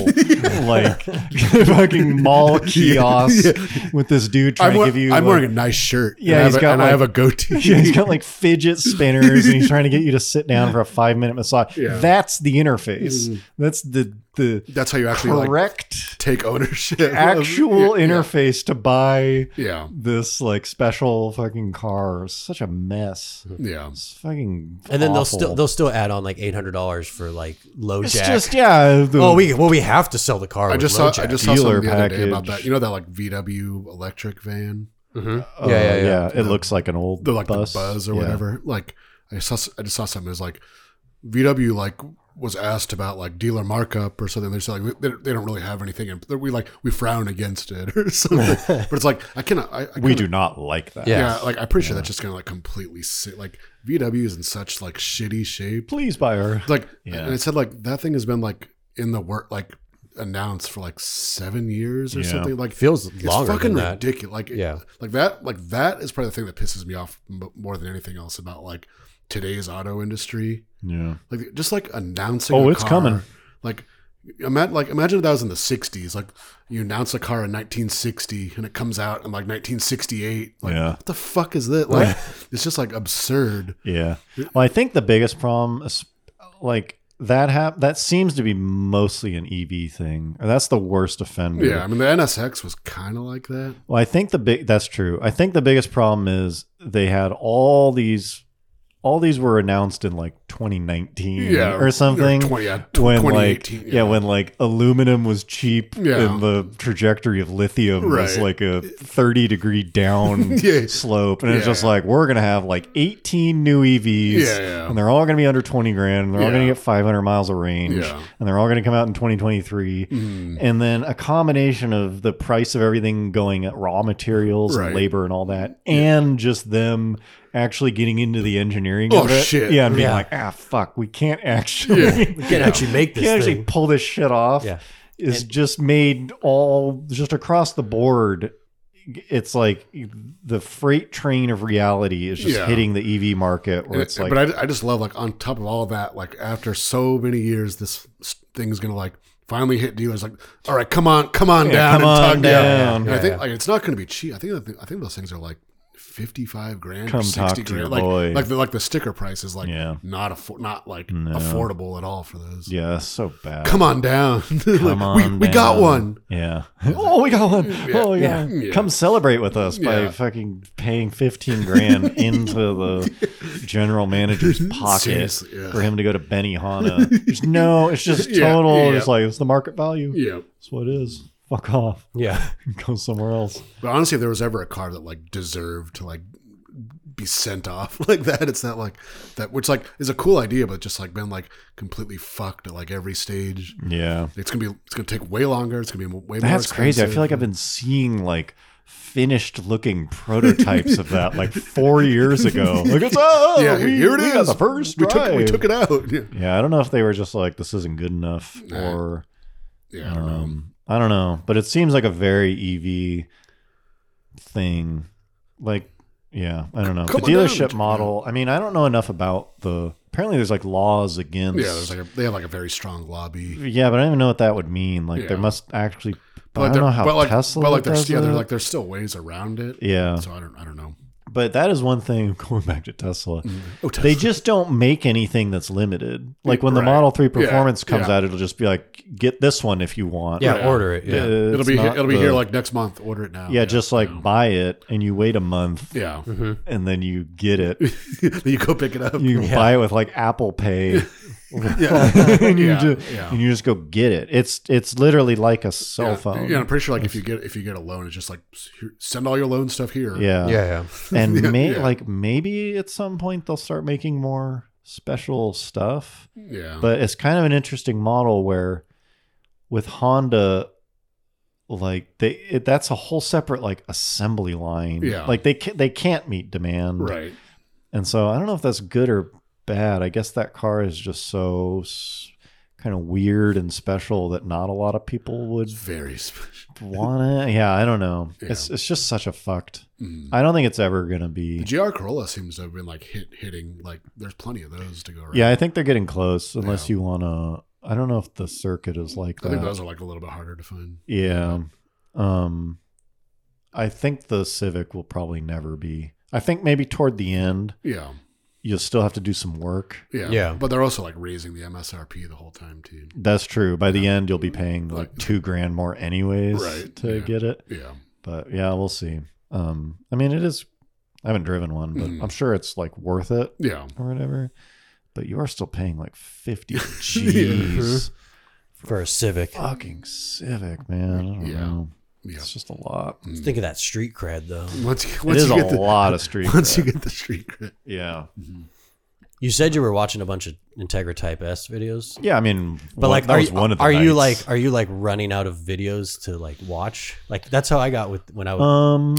like <laughs> fucking mall kiosk with this dude trying
I'm, wear-
to give you.
I'm
like,
wearing a nice shirt.
Yeah,
and I have
he's
a-
got
and
like-
I have a goatee.
Yeah, <laughs> he's
<laughs>
got like fidget spinners and he's trying to get you to sit down for a five minute massage.
Yeah.
That's the interface. That's the the
That's how you actually like <laughs>
correct
take ownership. of-
actual
yeah,
interface to buy
Yeah.
this like special fucking car. It's such a mess.
Yeah.
It's fucking
And then
awful.
they'll still they'll still add on like eight hundred dollars for like low
it's
jack.
just yeah. The,
oh, we well we have to sell the car.
I
with
just
low
saw. I
jack.
just saw
Dealer
something the other day about
package.
that. You know that like VW electric van,
Mhm.
uh,
yeah, yeah, yeah.
It looks like an old
the like
bus,
the buzz or
Yeah.
whatever. Like I saw. s- I just saw something. It was like VW like was asked about like dealer markup or something. They're just like "We- they, they don't really have anything, and we like we frown against it <laughs> or
<laughs>
something. but it's like I cannot. I, I
We
cannot-
do not like that.
Yeah.
Yeah, like I'm pretty sure that's just gonna like completely sit. Like VW is in such like shitty shape.
Please buy her.
Like,
Yeah.
and it said like that thing has been like in the work like announced for like seven years or
Yeah.
something. Like
feels
it's
longer
fucking
than that.
ridiculous. Like it-
Yeah.
like that like that is probably the thing that pisses me off m- more than anything else about like today's auto industry.
Yeah.
Like just like announcing.
Oh,
a
it's
car.
coming.
Like. Imagine, like imagine if that was in the '60s. Like you announce a car in 1960, and it comes out in like 1968. Like
Yeah.
what the fuck is this? Like, <laughs> it's just like absurd.
Yeah. Well, I think the biggest problem, is, like that, hap- that seems to be mostly an EV thing, or that's the worst offender.
Yeah, I mean the NSX was kind of like that.
Well, I think the big that's true. I think the biggest problem is they had all these, all these were announced in like 2019
Yeah,
or something.
20, yeah, tw-
when like
2018.
yeah. when like aluminum was cheap
Yeah.
and the trajectory of lithium was
Right.
like a 30 degree down
<laughs> Yeah.
slope and it's
Yeah.
just like we're gonna have like 18 new E evs
Yeah, yeah.
and they're all gonna be under 20 grand and they're all gonna
Yeah.
get 500 miles of range
Yeah. Mm-hmm.
and they're all gonna come out in 2023 and then a combination of the price of everything going at raw materials and
Right.
labor and all that and just them actually getting into the engineering
Oh,
of it
shit.
yeah and being
Yeah.
like ah fuck we can't <laughs> actually
<laughs> We can't actually make this
can't actually
thing.
pull this shit off
Yeah.
is just made all just across the board it's like the freight train of reality is just
Yeah.
hitting the ev market where
And
it's
it-
like
but I, I just love like on top of all that, like after so many years, this s- thing's gonna like finally hit dealers. Like, all right, come on, come on
Yeah,
down, and
come on
tug-
down.
And
Yeah,
I think
yeah.
like it's not gonna be cheap. I think that the- I think those things are like. Fifty-five grand,
Come
or
talk
sixty
to your
grand, like
boy.
like the like the sticker price is like
Yeah.
not afford, not like affordable at all for those.
yeah it's so bad
Come on down, <laughs> Like,
Come on
we we got
down.
one.
yeah <laughs> oh we got one. Oh, we got one.
Yeah.
come celebrate with us by
Yeah.
fucking paying 15 grand
<laughs>
into the general manager's pocket
Seriously, yeah.
for him to go to
<laughs>
benihana there's no it's just
Yeah,
total
yeah.
it's like it's the market value
Yeah,
That's what it is. Fuck off.
<laughs>
<laughs>
Yeah.
Go somewhere else.
But honestly, if there was ever a car that like deserved to like be sent off <laughs> like that, it's that like that, which like is a cool idea, but just like been like completely fucked at like every stage.
Yeah.
It's gonna be it's gonna take way longer. It's gonna be way more.
That's crazy. I feel like I've
expensive.
been seeing like finished looking prototypes of that like four years ago.
<laughs>
Like it's oh
yeah.
we,
here it
we
is.
got the first
we took we
drive.
took it out. <laughs> Yeah,
Yeah, I don't know if they were just like this isn't good enough
Nah.
or
yeah I don't know.
um I don't know. But it seems like a very E EV thing. Like yeah, I don't know.
Come
the
on down.
dealership model. I mean, I don't know enough about the apparently there's like laws against.
Yeah, there's like a, they have like a very strong lobby.
Yeah, but I don't even know what that would mean. Like
Yeah.
there must actually.
But
I
like
don't know
there-
how
but like,
Tesla.
But like
does
there's yeah,
that.
there's like there's still ways around it.
yeah,
So I don't I don't know.
but that is one thing. <laughs> Going back to Tesla,
Oh, Tesla.
Mm-hmm. they just don't make anything that's limited. Like when the
Right.
Model Three
Yeah,
Performance comes
yeah.
out, it'll just be like, get this one if you want.
Yeah,
Yeah.
order it. Yeah.
Uh,
it'll
it's
be here,
not
it'll be
the-
here like next month. Order it now.
yeah, just like
yeah.
buy it and you wait a month
yeah.
Mm-hmm.
and then you
<laughs>
get it.
Then you go pick it up.
You
Yeah.
buy it with like Apple Pay.
<laughs> yeah.
<laughs> and you
Yeah,
just
yeah.
and you just go get it. It's it's literally like a cell
yeah,
phone.
Yeah, I'm pretty sure like if you get if you get a loan, it's just like s- here- send all your loan stuff here.
Yeah.
Yeah. Yeah.
<laughs>
And
Yeah,
may,
yeah.
like maybe at some point they'll start making more special stuff.
yeah,
But it's kind of an interesting model where with Honda like they it, that's a whole separate like assembly line.
Yeah.
Like they can, they can't meet demand.
right.
And so I don't know if that's good or bad. I guess that car is just so s- kind of weird and special that not a lot of people would
It's very special.
want it.
<laughs>
Yeah, I don't know.
Yeah.
It's it's just such a fucked.
Mm.
I don't think it's ever gonna
The
be.
GR Corolla seems to have been like hit hitting like there's plenty of those to go around.
Yeah, I think they're getting close. Unless
Yeah.
you wanna. I don't know if the circuit is like
I think
that.
those are like a little bit harder to find.
Yeah. Um, I think the Civic will probably never be. I think maybe toward the end
Yeah,
you'll still have to do some work.
yeah,
Yeah.
But they're also like raising the MSRP the whole time too.
That's true. By the end, you'll be paying like
Like-
two grand more anyways
Right,
to
yeah.
get it.
Yeah,
But yeah, we'll see. Um, I mean, it is. I haven't driven one, but
Mhm.
I'm sure it's like worth it
yeah.
or whatever. But you are still paying
<laughs>
like fifty G's.
For a Civic.
Fucking Civic, man. I don't
Yeah.
know.
Yeah. Mm.
It's just a lot.
Think of that street cred though.
Once you,
It
once
is
you
a
get the
lot of street.
once
cred.
you get the <laughs> street cred.
yeah,
You said you were watching a bunch of Integra Type S videos.
yeah. I mean,
But
one-
like,
that
are,
was
you,
one of the
are you
nights.
like are you like running out of videos to like watch? Like that's how I got with when I was.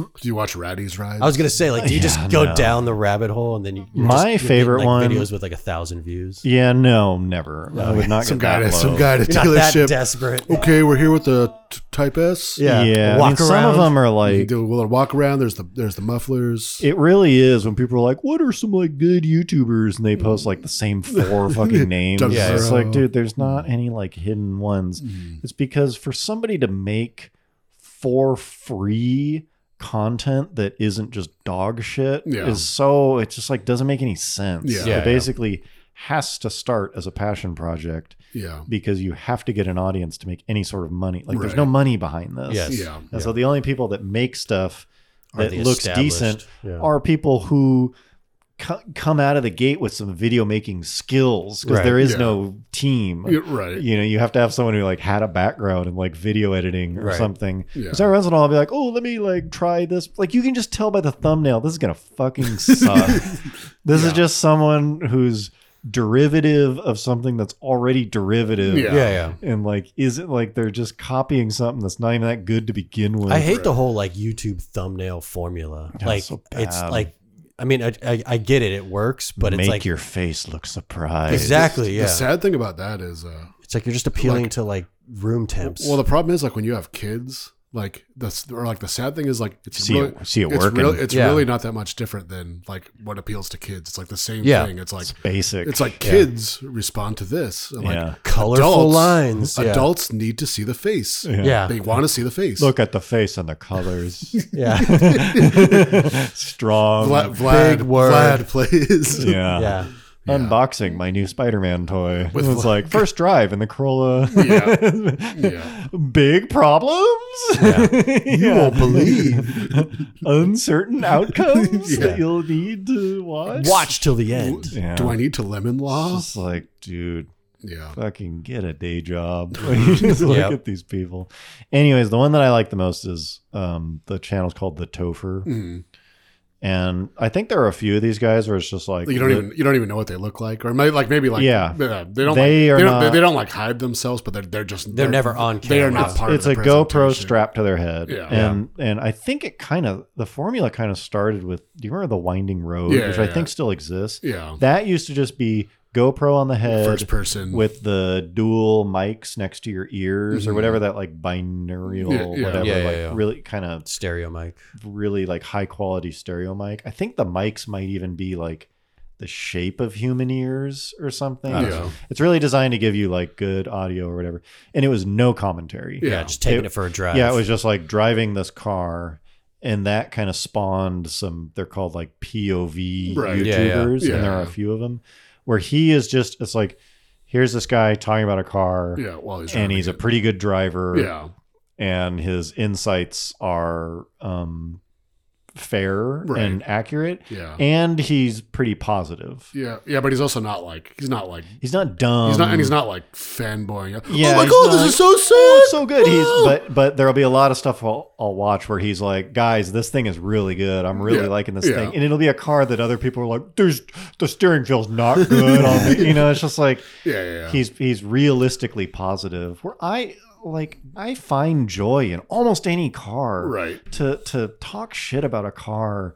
um,
Do you watch Ratty's Ride?
I was gonna say like, do you
Yeah,
just go
no.
down the rabbit hole and then you? you're
My
just- you're getting,
favorite
like,
one-
videos with like a thousand views.
yeah, no, never. I would not
some
get that
guy, to, some
low.
guy at a
You're not that
dealership.
desperate.
Okay, we're here with the t- Type S.
Yeah.
yeah. I mean,
Walk
some of
around.
them are
You can
like
do a little walk around. There's the there's the mufflers.
It really is when people are like, "What are some like good YouTubers?" and they post like the
<laughs>
same four fucking names.
Doug
yeah, it's
Zero.
like, dude, there's not any like hidden ones.
Mm-hmm.
It's because for somebody to make for free content that isn't just dog shit
Yeah.
is so it just like doesn't make any sense.
Yeah.
it
Yeah, yeah.
basically has to start as a passion project
yeah,
because you have to get an audience to make any sort of money. Like, there's
Right.
no money behind this.
Yes.
yeah,
And so the only people that make stuff
Are
that
the
looks
established-
decent
yeah.
are people who co- come out of the gate with some video making skills because
Right.
there is
Yeah.
no team.
You're right.
You know, you have to have someone who like had a background in like video editing or
Right.
something.
Yeah.
Because every once in a while, I'll be like, "Oh, let me like try this." Like, you can just tell by the thumbnail, this is
<laughs>
gonna fucking suck. this is
Yeah.
just someone who's derivative of something that's already derivative.
Yeah.
yeah, yeah.
And like, is it like they're just copying something that's not even that good to begin with?
I hate the whole like YouTube thumbnail formula.
Yeah,
like
it's so
it's
bad.
like, I mean, I, I, I get it. It works, but
make
it's like
your face look surprised.
exactly. Yeah,
The sad thing about that is, uh,
it's like you're just appealing
like-
to like room temps.
well, the problem is like when you have kids, like that's or like the sad thing is like it's
See
really,
it- see it
it's
working.
really- it's
Yeah.
really not that much different than like what appeals to kids. It's like the same
Yeah.
thing. It's like
It's basic.
it's like kids respond to this. And, like
Yeah.
colorful
adults-
lines. yeah.
Adults need to see the face.
Yeah.
They want to see the face.
Look at the face and the colors. <laughs>
Yeah.
Strong.
Vla- Vlad,
um, big word.
Vlad <laughs> plays.
<laughs> yeah.
yeah. <laughs>
Unboxing my new Spider-Man toy.
With
With it's like first drive in the Corolla. <laughs>
Yeah.
Big problems. you <laughs> won't believe <laughs> uncertain outcomes that you'll need to watch.
Watch till the end.
Yeah.
Do I need to lemon law?
It's like, dude,
Yeah.
fucking get a day job. <laughs> you just look
Yep.
at these people. Anyways, the one that I like the most is um, the channel's called The Topher.
Mm.
And I think there are a few of these guys where it's just like,
You don't even you don't even know what they look like, or maybe like maybe like
Yeah.
they don't like,
They are
they, don't, they-
not-
they don't like hide themselves, but they're they're just
They're never on
They are
camera.
not part
it's
of
a
the
GoPro
presentation.
strapped to their head.
Yeah.
And and I think it kind of the formula kind of started with do you remember the winding road,
Yeah,
which I
yeah,
think
yeah.
still exists.
Yeah,
That used to just be GoPro on the head.
first person.
with the dual mics next to your ears or
Mhm.
whatever that like binaural
Yeah, yeah.
whatever
Yeah, yeah,
like
yeah.
really kind of
Stereo mic.
really like high quality stereo mic. I think the mics might even be like the shape of human ears or something.
Yeah.
It's- It's really designed to give you like good audio or whatever. And it was no commentary.
Yeah,
Yeah.
just taking
It-
it, for a drive.
Yeah, it was just like driving this car, and that kind of spawned some. They're called like POV
Right.
YouTubers,
Yeah, yeah.
and there are a
Yeah.
few of them where he is just. It's like, here's this guy talking about a car,
Yeah, while he's
and
driving
he's a
it.
pretty good driver,
yeah,
and his insights are um, fair
Right.
and accurate,
yeah,
and he's pretty positive.
yeah, yeah. But he's also not like he's not like
He's not dumb.
he's not and he's not like fanboying.
Um, Yeah,
oh my
he's
god,
not-
this is so
Oh,
sad.
it's so good. He's
Oh.
but but there'll be a lot of stuff I'll, I'll watch where he's like, guys, this thing is really good. I'm really
Yeah.
liking this
Yeah.
thing, and it'll be a car that other people are like, there's the steering feels not good on me. You know, it's just like
yeah, <laughs> yeah, yeah.
he's he's realistically positive. Where I like I find joy in almost any car.
right. Mm-hmm.
To to talk shit about a car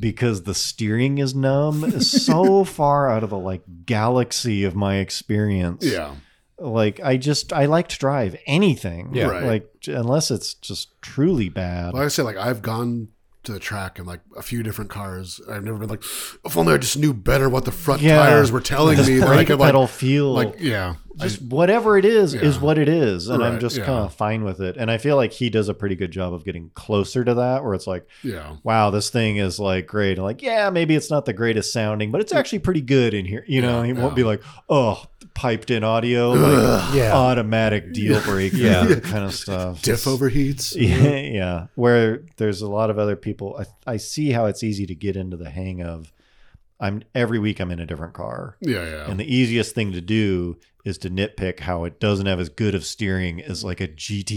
because the steering is numb is
<laughs>
so far out of the like galaxy of my experience
Yeah,
like i just i like to drive anything
Yeah.
Right.
like j- unless it's just truly bad
like I said, like I've gone to the track in like a few different cars. I've never been like, if only I just knew better what the front
Yeah.
tires were telling
This
me. that I
brake
could,
pedal
like,
feel
like yeah, I
just whatever it is is
Yeah.
what it is and i'm
Right,
just
yeah.
kind of fine with it and i feel like he does a pretty good job of getting closer to that where it's like
yeah.
wow this thing is like great and like yeah maybe it's not the greatest sounding but it's actually pretty good in here you know
Mm. Yeah,
he won't
yeah.
be like oh piped in audio like,
Yeah.
automatic deal breaker
Yeah.
<laughs>
kind of stuff
Diff overheats.
yeah, yeah. Where there's a lot of other people, I, I see how it's easy to get into the hang of. I'm every week I'm in a different car,
Yeah, yeah.
and the easiest thing to do is to nitpick how it doesn't have as good of steering as like a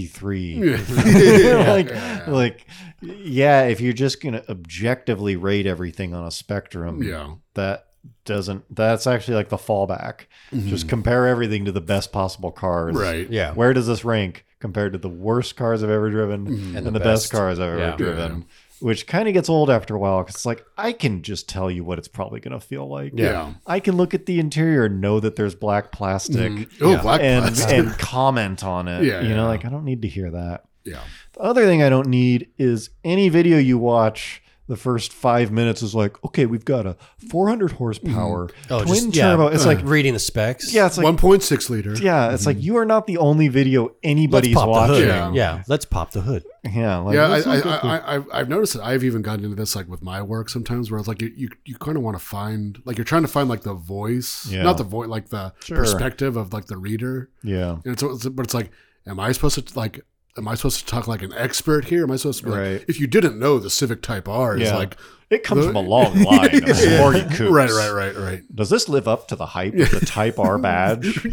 GT3. <laughs>
<laughs>
like,
yeah.
like, yeah. If you're just gonna objectively rate everything on a spectrum,
yeah.
that doesn't. That's actually like the fallback. mm-hmm. Just compare everything to the best possible cars.
Hmm. Mm-hmm. right.
yeah.
Where does this rank compared to the worst cars I've
<laughs>
ever driven
Mhm.
and, the, best. cars I've ever
Yeah.
driven?
Yeah.
Which kind of gets old after a while because it's like, I can just tell you what it's probably going to feel like.
Yeah.
I can look at the interior and know that there's black plastic
Mhm. Oh, black
and,
plastic.
and comment on it.
Yeah,
you
yeah.
know, like I don't need to hear that.
yeah.
The other thing I don't need is any video you watch. The first five minutes is like, okay, we've got a 400 horsepower
Mm-hmm.
Oh,
twin
just,
turbo.
Yeah.
It's like,
reading the specs.
yeah,
<laughs>
it's like
1.6 liter.
yeah, it's
Mm-hmm.
like you are not the only video
Let's
anybody's
pop the
watching.
hood.
Yeah.
Yeah. Let's pop the
<laughs>
hood.
Yeah, like,
yeah, I,
let's
I,
look at the-
I, I, I've- I've noticed that I've even gotten into this like with my work sometimes, where it's like you, you, you kind of want to find like you're trying to find like the voice,
Yeah.
not the voice, like the
Sure.
perspective of like the reader.
yeah,
And so, it's, but it's like, am I supposed to like? Am I supposed to talk like an expert here? Am I supposed to be like,
Right.
if you didn't know the Civic Type R is
Yeah.
like,
it comes
The-
from
<laughs>
a long line of sporty coupes.
right, right, right, right.
Does this live up to the hype of the
<laughs>
Type R badge?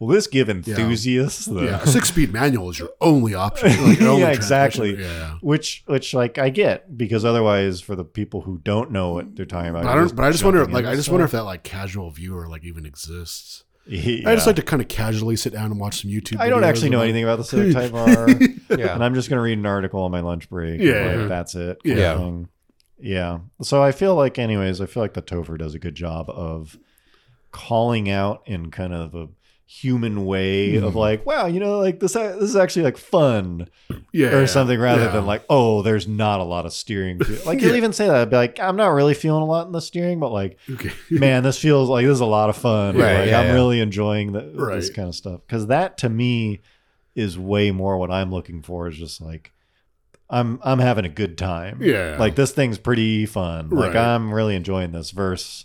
Will this give enthusiasts the?
Yeah, a six-speed manual is your only option.
<laughs>
Like, your only
Yeah,
transmission.
exactly.
Yeah,
Which, which, like, I get because otherwise, for the people who don't know what they're talking about,
but I
you're
don't. But I just wonder,
jumping
like,
into
I just
stuff.
wonder if that like casual viewer like even exists.
Yeah.
I just like to kind of casually sit down and watch some YouTube.
I don't
videos
actually know
about-
anything about the Civic Type R,
Yeah.
and I'm just gonna read an article on my lunch break.
Yeah.
and, like, that's it. kind of
Yeah.
thing. yeah. So I feel like, anyways, I feel like the Topher does a good job of calling out in kind of a human way of
Mm-hmm.
like, wow, you know, like this this is actually like fun
Yeah,
or something rather
yeah.
than like, oh, there's not a lot of steering. feel."
<laughs>
Like he'll even say that, I'd be like, I'm not really feeling a lot in the steering, but like,
Okay. <laughs>
man, this feels like this is a lot of fun.
Right,
Like,
yeah,
I'm
yeah.
really enjoying the, this
Right.
kind of stuff because that to me is way more what I'm looking for. Is just like I'm I'm having a good time.
Yeah.
like this thing's pretty fun. Like
Right.
I'm really enjoying this verse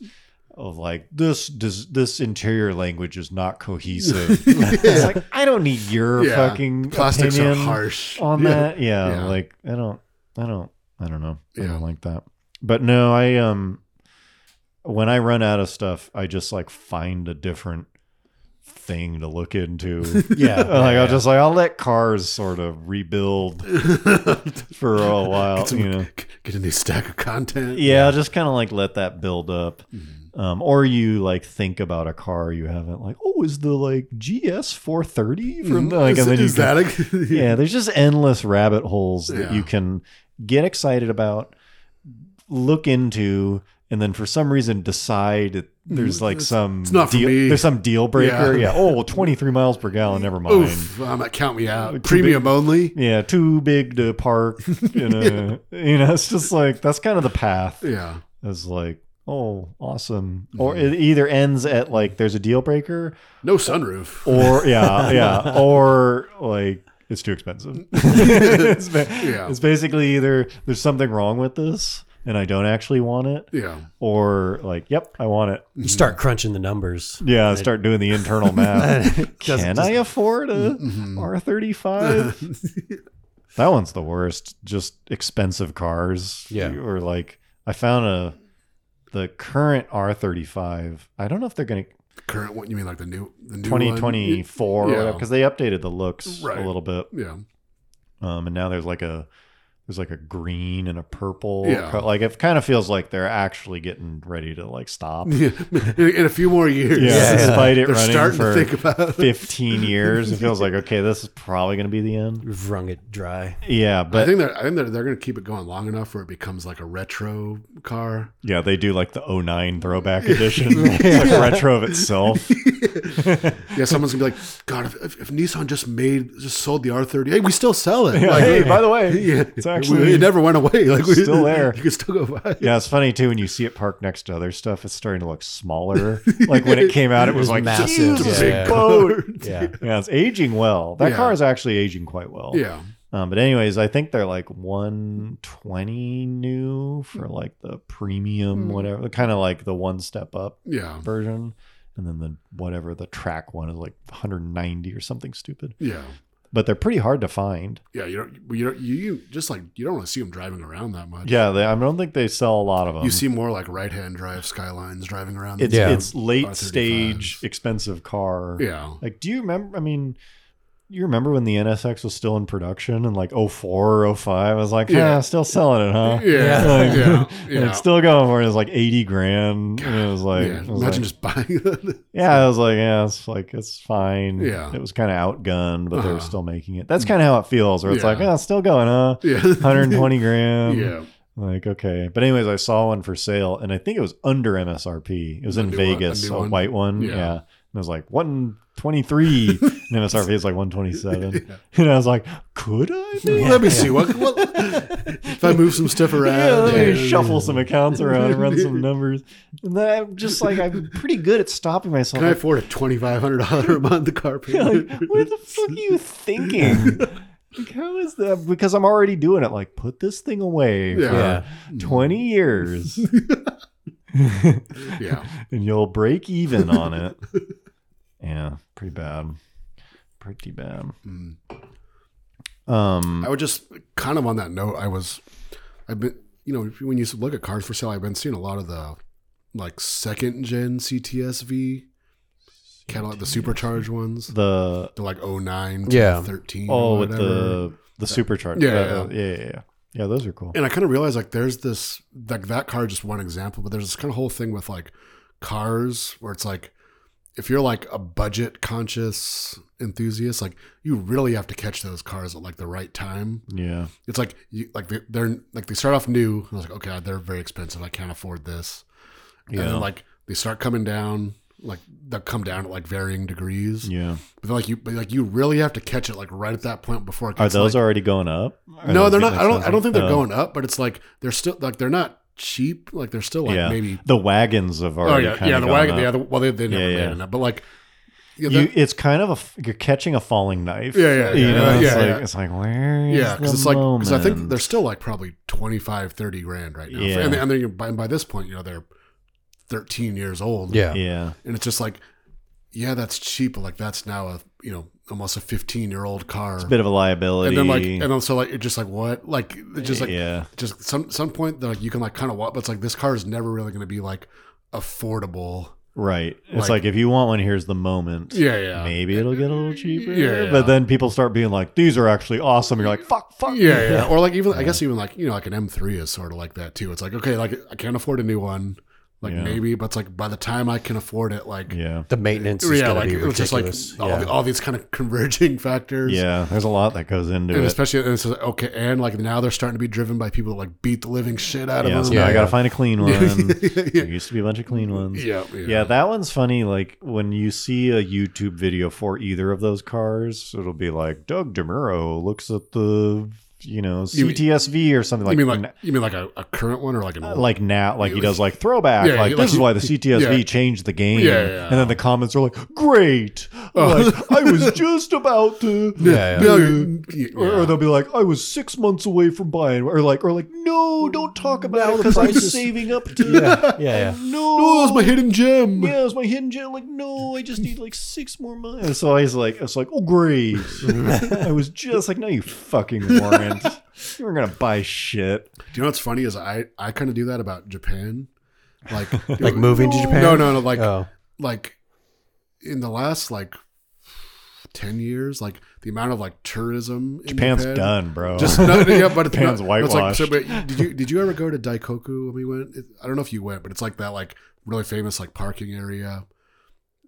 of like this does this interior language is
<laughs>
not <laughs> cohesive. it's like I don't need your
Yeah.
fucking
Plastics
opinion
are harsh
on
Yeah.
that. Yeah,
Yeah.
like I don't, I don't, I don't know. I
Yeah.
don't like that. But no, I um, when I run out of stuff, I just like find a different thing to
<laughs>
look into. like
<laughs> Yeah.
I'll just like I'll let cars sort of rebuild
<laughs>
for a while,
Get, some,
you know.
<laughs> get in these stack of content.
Yeah, I'll just kind of like let that build up.
Mhm.
Um, or you like think about a car you haven't like, oh, is the like GS 430 from the, like,
Mm-hmm. is,
and then
is
you can-
that a,
<laughs> yeah, there's just endless rabbit holes
Yeah.
that you can get excited about, look into, and then for some reason decide that there's like some
Mm, it's not for
deal,
me.
there's some deal breaker.
Yeah.
Yeah. Oh, well, 23 miles per gallon. Never
<laughs>
mind.
Oof, um, count me
Too big.
out. Premium only.
Yeah, too big
<laughs>
to park. You know, you know, it's just like that's kind of the path.
Yeah, Mm-hmm.
It's like, oh, awesome. Or it either ends at like there's a deal breaker,
No sunroof. <laughs>
or yeah, yeah, or like it's
<laughs>
too expensive. it's, ba-
Yeah.
it's basically either there's something wrong with this and I don't actually want it,
Yeah.
or like, yep, I want it.
You start crunching the numbers.
Yeah, start doing
<laughs>
the internal math.
Doesn't-
Can I afford a
Mm-hmm. <laughs>
R35? that one's the worst. Just expensive cars.
Yeah.
Or like I found a the current R35. I don't know if they're going to
Current one. You mean like the new the new one?
2024
Yeah.
because they updated the looks
Right.
a little bit.
Yeah. <laughs>
Um, and now there's like a there's like a green and a purple.
Yeah.
co- Like it kind of feels like they're actually getting ready to like stop.
<laughs> yeah. In a few more years. <laughs>
Yeah, despite it
They're
running
starting
for
to <laughs> think about
15 years. It feels like okay, this is probably going to be the end.
Wrung it
<laughs>
dry.
Yeah,
I
but
think that I think that they're going to keep it going long enough where it becomes like a retro car.
yeah, they do like the 09 throwback edition. It's like retro of itself.
Yeah, someone's gonna be like, God, if, if, if Nissan just made just sold the R30, hey, we still sell it.
Yeah,
Like,
hey, by the
<laughs>
way,
yeah,
it's actually-
it never went away. Like we, <laughs>
still there.
You can still go buy. it.
<laughs> yeah, it's funny too when you see it parked next to other stuff. It's starting to look smaller. Like when it came out, it was,
was
like
massive,
"Huge,
yeah.
big boat.
Yeah.
Yeah, it's aging well. That
Yeah.
car is actually aging quite well.
<laughs> Yeah,
Um, but anyways, I think they're like 120 new for like the premium, whatever, kind of like the one step up
yeah,
version, and then the whatever the track one is like 190 or something stupid.
yeah,
But they're pretty hard to find.
yeah. You don't, you don't, you, you just like you don't want to see them driving around that much.
Yeah, they, I don't think they sell a lot of them.
you see more like right-hand drive Skylines driving around.
it's
Yeah.
it's late
R35s.
stage expensive car.
yeah,
Like, do you remember? I mean, you remember when the NSX was still in production in like 04 or 05? I was like, yeah,
Yeah.
still selling it, huh?
yeah, yeah,
Like,
yeah.
<laughs> And it's still going for it. It was like 80 grand. And it was like,
Yeah,
it
Imagine
was like-
just buying <laughs> it.
yeah, I was like, yeah, it's like, it's fine.
Yeah.
It was kind of outgunned, but they were
Uh-huh.
still making it. That's kind of how it feels, where it's
Yeah.
like, oh, it's still going, huh?
Yeah, <laughs>
120 grand.
yeah,
Like, okay. But, anyways, I saw one for sale and I think it was under MSRP. It was
A
in
new one- a
Vegas,
new
a,
one?
white one. Yeah.
Yeah.
And it was like 123.
<laughs>
and MSRP is like 127.
Yeah.
And I was like, could I? <laughs> maybe?
Let me see what, what <laughs> if I move some stuff around.
Yeah, let me
yeah.
shuffle some accounts around and run some <laughs> numbers. And then I'm just like, I'm pretty good at stopping myself.
Can I afford a twenty five hundred dollar a month car
Yeah, <laughs>
payment?
like, what the fuck are
<laughs>
you thinking? Like, how is that? Because I'm already doing it. Like, put this thing away
Yeah.
for
Yeah.
Hmm.
20
<laughs>
years
yeah,
and you'll break even on it. Yeah, pretty bad. Pretty bad.
Mm.
Um,
I would just kind of on that note. I was, I've been, you know, when you look at cars for sale, I've been seeing a lot of the like second gen CTSV Cadillac, the supercharged ones,
the
the like 09, to
Yeah.
13,
oh,
or
with
whatever.
the the supercharger.
Yeah,
Uh, yeah, yeah, yeah. Yeah, those are cool.
and I kind of realized like there's this like that car is just one example, but there's this kind of whole thing with like cars where it's like if you're like a budget conscious enthusiast, like you really have to catch those cars at like the right time.
Yeah,
It's like you like they, they're like they start off new. And I was like, okay, uh, they're very expensive. I can't afford this. And
Yeah.
then like they start coming down. Like they'll come down at like varying degrees.
yeah.
But like you, but like you really have to catch it like right at that point before it
Are
gets
those
like,
already going up? Are
no,
those
they're
getting
not. I don't. I don't
expensive?
think they're
Oh.
going up, but it's like they're still like they're not cheap. Like they're still like
yeah,
maybe.
the wagons have
Oh
already.
yeah,
kinda
yeah. The
gone
wagon.
up.
Yeah. The, well, they, they never
Yeah, yeah.
made enough, but like. Yeah,
You-
that-
it's kind of a f- you're catching a falling knife.
Yeah, yeah,
you
yeah,
know,
yeah,
it's
yeah,
like
yeah.
it's like where is
yeah, because
the
it's like because I think
moment?
they're still like probably 25, 30 grand right now,
Yeah.
and, and then you're, by, by this point, you know they're thirteen years old.
Yeah.
yeah,
and it's just like, yeah, that's cheap, but like that's now a you know almost a fifteen year old car,
it's a bit of a liability.
and then like and then so like it's just like what like it's just like
yeah,
just some some point that like you can like kind of walk, but it's like this car is never really going to be like affordable.
right. It's
like-
like if you want one, here's the moment.
Yeah, yeah,
Maybe it'll get a little cheaper.
Yeah, yeah.
But then people start being like, these are actually awesome. You're like, fuck, fuck.
yeah, yeah. Or like even I guess even like you know like an M3 is sort of like that too. It's like okay, like I can't afford a new one, like
Yeah.
maybe, but it's like by the time I can afford it, like
Yeah.
The maintenance is
yeah,
gonna
like
be
it's just like
ridiculous.
all,
yeah.
the, all these kind of converging <laughs> factors.
Yeah. There's a lot that goes into
And
it.
especially, and it's just, like, okay, and like now they're starting to be driven by people that like beat the living shit out
Yeah,
of
so
them.
now I
Yeah,
gotta
yeah.
find
<laughs>
a clean one.
yeah.
There used to be a bunch of clean ones.
yeah, yeah,
Yeah, that one's funny. Like when you see a YouTube video for either of those cars, it'll be like Doug Demuro looks at the you know
You mean-
CTSV or something like Uh,
you mean
na-
like you mean like a, a current one or like an old?
like now, like he does like throwback.
Yeah,
like
like
this is
he-
why the CTSV
yeah.
changed the game.
Yeah, yeah, yeah.
And then the comments are like, "Great!"
Oh.
Like
<laughs>
I was just about to.
Yeah,
No,
Uh,
you- you-
Or, or they'll be like, "I was six months away from buying," or like, or like, "No, don't talk about
Now
it
the
because I'm
price is-
saving up
<laughs>
to."
<laughs> yeah,
<laughs>
yeah,
No,
oh, it's my hidden gem.
Yeah, it was my hidden gem. Like, no, I just need like six more months. And so I was like, I was like, oh great. I was just like, no, you fucking weren't. you weren't gonna buy shit.
Do you know what's funny is I I kind of do that about Japan, like
Like moving to Japan?
No, no, no. Like
Oh,
like in the last like ten years, like the amount of like tourism. In
Japan's
Japan-
done, bro.
Just no, yeah, but it's
Japan's
not, no, it's like- so,
whitewashed.
but did you did you ever go to Daikoku when we went? It, I don't know if you went, but it's like that like really famous like parking area,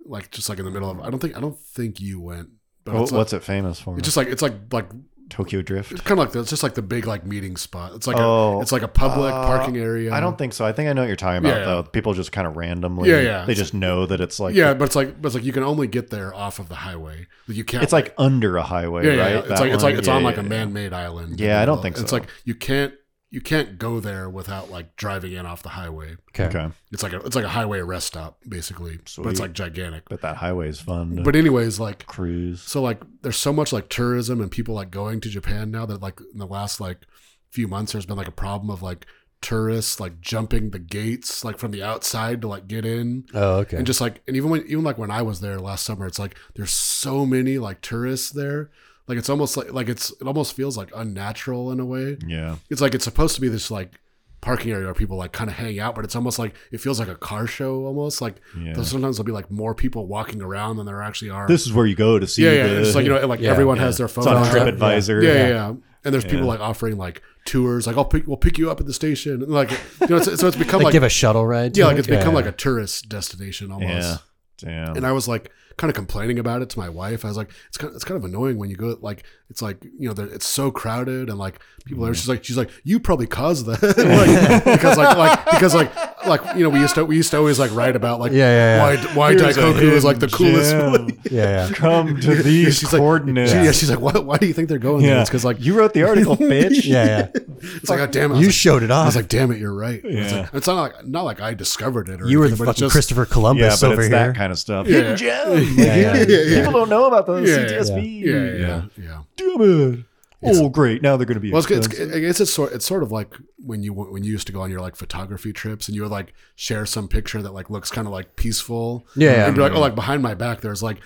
like just like in the middle of. I don't think I don't think you went. But
Wha-
it's
what's it famous for?
like, it's just like it's like like
Tokyo Drift.
it's kind of like it's just like the big like meeting spot. It's like
Oh.
a, it's like a public
Uh,
parking area.
I don't think so. I think I know what you're talking about
Yeah.
though. People just kind of randomly.
Yeah, yeah.
They just know that it's like.
yeah, but it's like but it's like you can only get there off of the highway. Like you can't.
It's like under a highway,
yeah, yeah,
right?
yeah. It's
That
like it's
one?
like it's
Yeah,
on
yeah,
like a
yeah.
man-made island.
Yeah, I don't think
It's
so.
like you can't you can't go there without like driving in off the highway.
okay.
Okay,
It's like a it's like a highway rest stop basically, but
Sweet.
it's like gigantic.
but that highway is fun. to
But anyways, like
cruise.
so like there's so much like tourism and people like going to Japan now that like in the last like few months there's been like a problem of like tourists like jumping the gates like from the outside to like get in.
Oh, okay.
And just like, and even when, even like when I was there last summer, it's like there's so many like tourists there. Like it's almost like like it's it almost feels like unnatural in a way.
Yeah.
It's like it's supposed to be this like parking area where people like kind of hang out, but it's almost like it feels like a car show almost. Like
Yeah.
sometimes there'll be like more people walking around than there actually are.
This is where you go to see.
yeah, yeah.
the-
It's just like you know, and, like
Yeah,
everyone
yeah.
has their phone.
<laughs> It's on
out.
TripAdvisor.
Yeah, yeah, yeah. And there's people
Yeah.
like offering like tours, like I'll pick, we'll pick you up at the station, and like you know, it's, so it's become
like,
like,
give a shuttle ride. to
yeah,
it?
like it's become like a tourist destination almost.
Yeah. Damn.
And I was like kind of complaining about it to my wife. I was like, it's kind of, it's kind of annoying when you go like it's like you know there- it's so crowded and like people are she's like she's like you probably caused that <laughs> like, because like like because like like you know we used to we used to always like write about like
Yeah, yeah, yeah.
why why
Here's a
Daikoku is like the
hidden
coolest
gem.
place.
<laughs> yeah,
<laughs>
yeah.
<laughs> Come to these
she's
coordinates.
Like, she- yeah, she's like why, why do you think they're going there? It's because like
you wrote the
<laughs>
article, bitch.
yeah, yeah.
it's like oh, damn it I was
You
like,
showed it
I was
off.
like damn it you're right. It's,
Yeah.
like, it's not like not like I discovered it or
you were the
anything, but it's
fucking
just-
Christopher
yeah,
Columbus
but
over
it's
here.
that kind of stuff.
Yeah.
Hidden gem.
Yeah, yeah.
<laughs> Yeah.
People don't know about those
Yeah, yeah.
CTSV.
yeah, yeah, yeah. yeah.
Damn it. Oh, great. Now they're going to be.
Well, it's, it's,
expensive.
I guess it's sort it's sort of like when you when you used to go on your like photography trips and you would like share some picture that like looks kind of like peaceful.
Yeah, yeah.
And be like, oh, like behind my back, there's like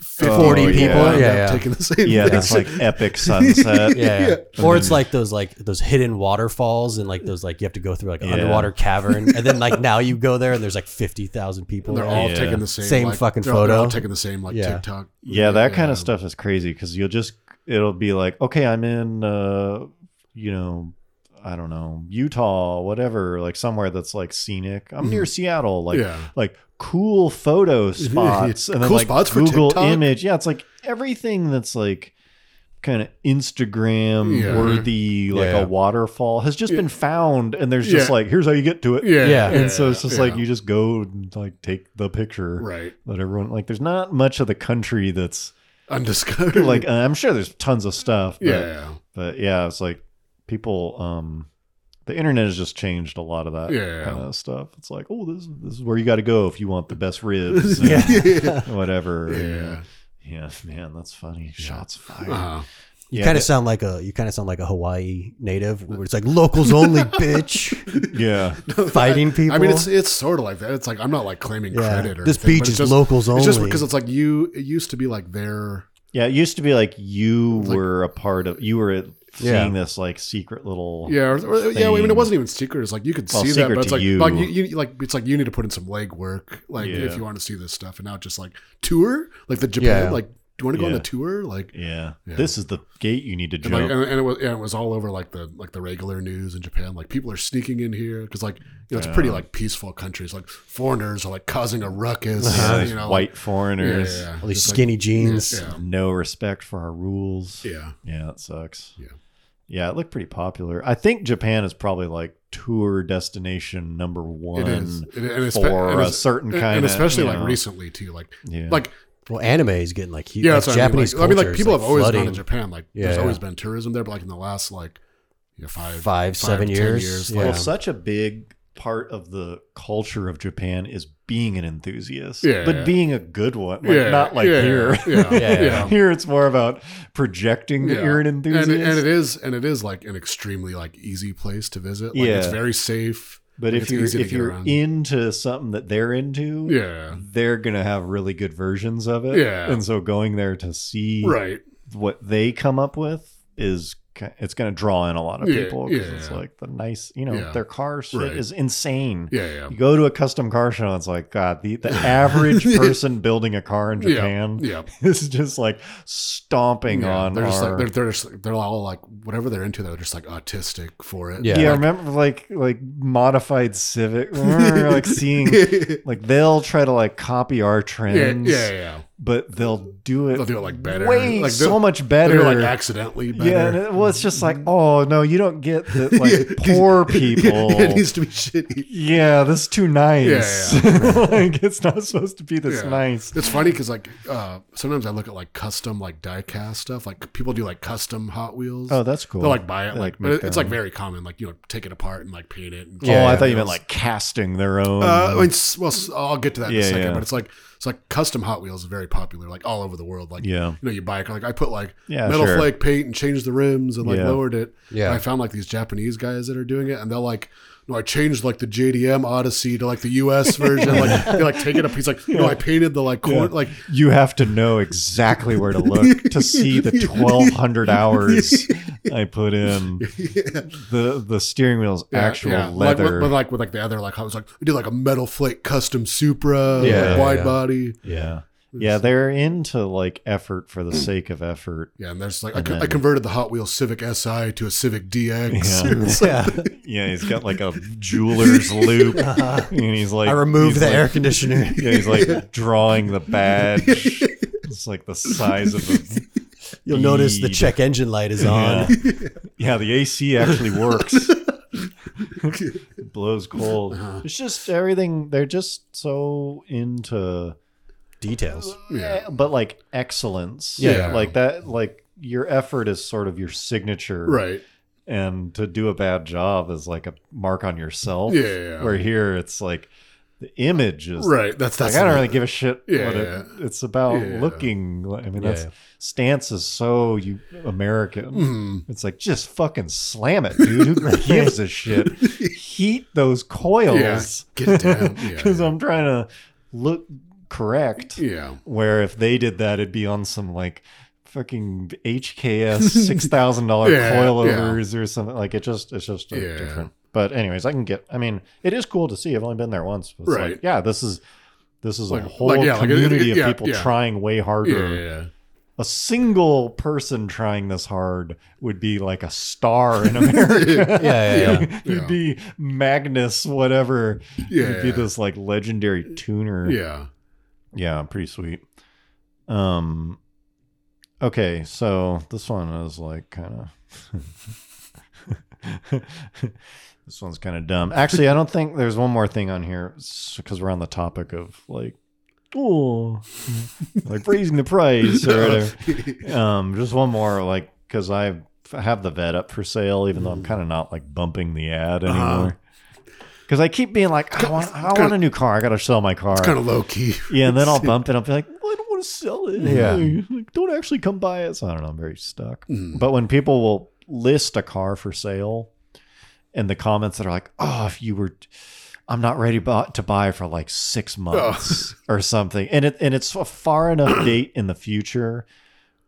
50
40
people
people,
lined
yeah,
up
yeah.
taking the same.
yeah,
picture. <laughs>
that's like epic sunset.
yeah, yeah.
Yeah.
Or it's like those like those hidden waterfalls and like those like you have to go through like an
Yeah.
underwater cavern and then like now you go there and there's like fifty thousand people.
And they're
there.
all
Yeah.
taking the same
Same
like,
fucking
they're all- They're all
photo.
taking the same like
Yeah.
TikTok.
Yeah, that kind of stuff is crazy because you'll just it'll be like, okay, I'm in, uh, you know, I don't know, Utah, whatever, like somewhere that's like scenic. I'm near Seattle, like
Mm-hmm. Yeah.
like
<laughs>
cool photo spots, and then
Cool
like
spots for
Google
TikTok.
image. Yeah, it's like everything that's like kind of Instagram
Yeah. Mm-hmm.
worthy, like
Yeah.
a waterfall, has just
Yeah.
been found, and there's just
Yeah.
like, here's how you get to it.
Yeah,
Yeah.
And so it's just
yeah.
like you just go and like take the picture
right
that everyone like. There's not much of the country that's
undiscovered. <laughs>
<laughs> like uh, I'm sure there's tons of stuff. But,
yeah, yeah,
But yeah, it's like people. Um, the internet has just changed a lot of that
Yeah.
kind of stuff. It's like, oh, this this is where you got to go if you want the
<laughs>
best ribs. and
Yeah.
Whatever.
Yeah.
Yeah, man, that's funny. Shots fired.
Uh-huh.
<laughs>
<laughs>
You
Yeah,
kind of
but-
sound like a you kind of sound like a Hawaii native where it's like locals
<laughs>
only, bitch.
Yeah.
Fighting people.
I mean, it's it's sort of like that. It's like I'm not like claiming credit or
this
anything,
beach
but
is
it's just,
locals only.
It's just because it's like you. It used to be like their
Yeah. It used to be like you
Like-
were a part of. You were at, seeing
Yeah.
this like secret little.
Yeah, or, or, yeah. I mean,
thing.
it wasn't even secret. It's like you could
Well,
see that,
secret
but it's
to
like,
you.
like you, you, like it's like you need to put in some legwork, like
Yeah.
if you want to see this stuff. And now it's just like tour, like the Japan,
Yeah.
like do you want to go on
Yeah.
the tour, like.
Yeah.
Yeah.
This is the gate you need to
And,
jump.
like, and, and it was yeah, it was all over like the like the regular news in Japan. Like people are sneaking in here because like you know it's a pretty
Yeah.
like peaceful countries. Like foreigners are like causing a
<laughs>
ruckus.
yeah,
you
<laughs> these
know,
white
like, yeah,
foreigners.
yeah, yeah.
all these
Just, like,
skinny jeans.
Yeah,
No respect for our rules.
yeah,
Yeah, it sucks.
Yeah.
Yeah, it looked pretty popular. I think Japan is probably like tour destination number one
it is. It, and it's-
for
and
a
it's-
certain
and-
kind
and
of
especially
you
like
know,
recently too. Like
yeah.
like
Well, anime is getting like huge.
yeah,
like
that's what
Japanese
I mean. Like, I mean,
culture
like
is,
people
like,
have always gone
flooding.
to Japan. Like,
Yeah.
there's always been tourism there, but like in the last like you know, five,
Five, seven
10
years.
like,
Yeah.
Well, such a big part of the culture of Japan is being an enthusiast,
Yeah.
but being a good one, like,
yeah,
not like
yeah,
here. <laughs>
yeah,
Yeah.
yeah.
Here, it's more about projecting that
Yeah.
you're an
And,
enthusiast.
and it is, and it is like an extremely like easy place to visit. Like, it's
Yeah.
very safe.
but
like,
if
it's
you're
easy to
if
get
you're
around.
into something that they're into,
Yeah,
they're gonna have really good versions of it.
Yeah.
and so going there to see
right.
what they come up with is ki- it's going to draw in a lot of
Yeah,
people because it's
yeah.
like the nice you know
Yeah.
their car shit
Right.
is insane
Yeah, yeah,
you go to a custom car show and it's like god
<laughs>
the, the average person building a car in
Yeah.
japan <laughs>
yeah.
is just like stomping
Yeah,
on
they're just
our-
like they're they're, just, they're all like whatever they're into they're just like autistic for it
Yeah.
yeah,
<laughs>
remember like like modified civic
<laughs>
remember like seeing like they'll try to like copy our
yeah
trends
yeah yeah
but they'll do it
they'll do it like better
way
like
so much
they'll
better
do it, like accidentally better Mm-hmm. <laughs>
Yeah, and it, well, it's just like, oh no, you don't get that.
<laughs>
Like
Yeah, it
poor
needs-
people.
yeah, it needs to be shitty
yeah, this is too nice.
Yeah,
<laughs> like it's not supposed to be this
Yeah.
nice.
it's funny because like uh sometimes i look at like custom like diecast stuff like people do like custom hot wheels
Oh, that's cool.
they'll like buy it
They,
like,
like,
but
make
it- it's
their
like
own.
very common like you know take it apart and like paint it and
Yeah,
oh, I
yeah.
thought you meant like casting their own.
Uh, I mean, s- well, s- I'll get to that in
Um, Yeah,
a second,
yeah.
but it's like it's like custom Hot Wheels is very popular, like all over the world. Like,
Yeah.
you know, you buy a car, like I put like
Yeah,
metal
sure.
flake paint and changed the rims and like
Yeah.
lowered it.
Yeah.
And I found like these Japanese guys that are doing it, and they're like, no, I changed like the JDM Odyssey to like the
<laughs>
US version. like they like take it up. He's like, no, I painted the like cor- like <laughs>
you have to know exactly where to look to
<laughs>
see the 1200 hours I put in. The the steering wheel's actual
Like,
leather.
with- but like with like the other like I was like we did like a metal flake custom Supra, like,
Yeah,
wide
yeah.
body.
yeah. Yeah, they're into like effort for the sake of effort.
Yeah, and there's like I, co- I converted the Hot Wheels Civic Si to a Civic DX. <laughs>
Yeah.
<laughs>
yeah. he's got like a jeweler's
<laughs>
loop. And he's like,
I removed
he's
the
like-
air <laughs> conditioner.
Yeah, he's like drawing the badge. It's like the size of a.
You'll notice the
bead.
check engine light is on.
Yeah. <laughs> yeah, the AC actually
<laughs>
works. It blows cold.
Uh-huh.
It's just everything. They're just so into,
Details.
Yeah.
but like excellence.
Yeah.
Like that, like your effort is sort of your signature.
Right.
and to do a bad job is like a mark on yourself.
Yeah, yeah, yeah.
Where here it's like the image is
Right. That's
Like
that's
I don't
the- <laughs>
really give a shit
Yeah,
what it-
yeah.
it's about.
Yeah.
Looking, like- I mean, that's
Yeah.
stance is so you American.
Mhm.
It's like just fucking slam it, dude.
<laughs>
Who gives a shit? Heat those coils <laughs>
Get it down. Yeah,
because
yeah.
I'm trying to look correct.
Yeah.
Where if they did that, it'd be on some like fucking
<laughs>
HKS six thousand dollar
Yeah,
coilovers or something. Like it just it's just a
Yeah.
different. But anyways, I can get. I mean, it is cool to see. I've only been there once. But it's
Right.
Like, yeah, this is this is
Like-
a whole
like, yeah, like, it-
community
it-
of
yeah,
people
yeah.
trying way
Yeah.
harder.
yeah, yeah.
A single person trying this hard would be like a star in <laughs> America.
<laughs> Yeah, yeah,
<laughs> You'd
Yeah.
be Magnus, whatever. You'd be
Yeah.
this like legendary tuner.
Yeah.
Yeah, pretty sweet. Um okay, so this one is like kind of <laughs> This one's kind of dumb. Actually, I don't think there's one more thing on here because we're on the topic of like oh, <laughs> like raising the price or whatever.
<laughs>
<laughs> Um just one more like cuz I have the vet up for sale even though I'm kind of not like bumping the ad anymore. Cuz I keep being like I want I want a new car. I got to sell my car.
Kind of low key.
Yeah, and then I'll bump it. I'll be like, well, I don't want to sell it. Yeah, <laughs> like, don't actually come buy it. So I don't know. I'm very stuck.
Mm.
But when people will list a car for sale, and the comments that are like, "Oh, if you were," I'm not ready bu- to buy for like six months or something, and it and it's a far enough date in the future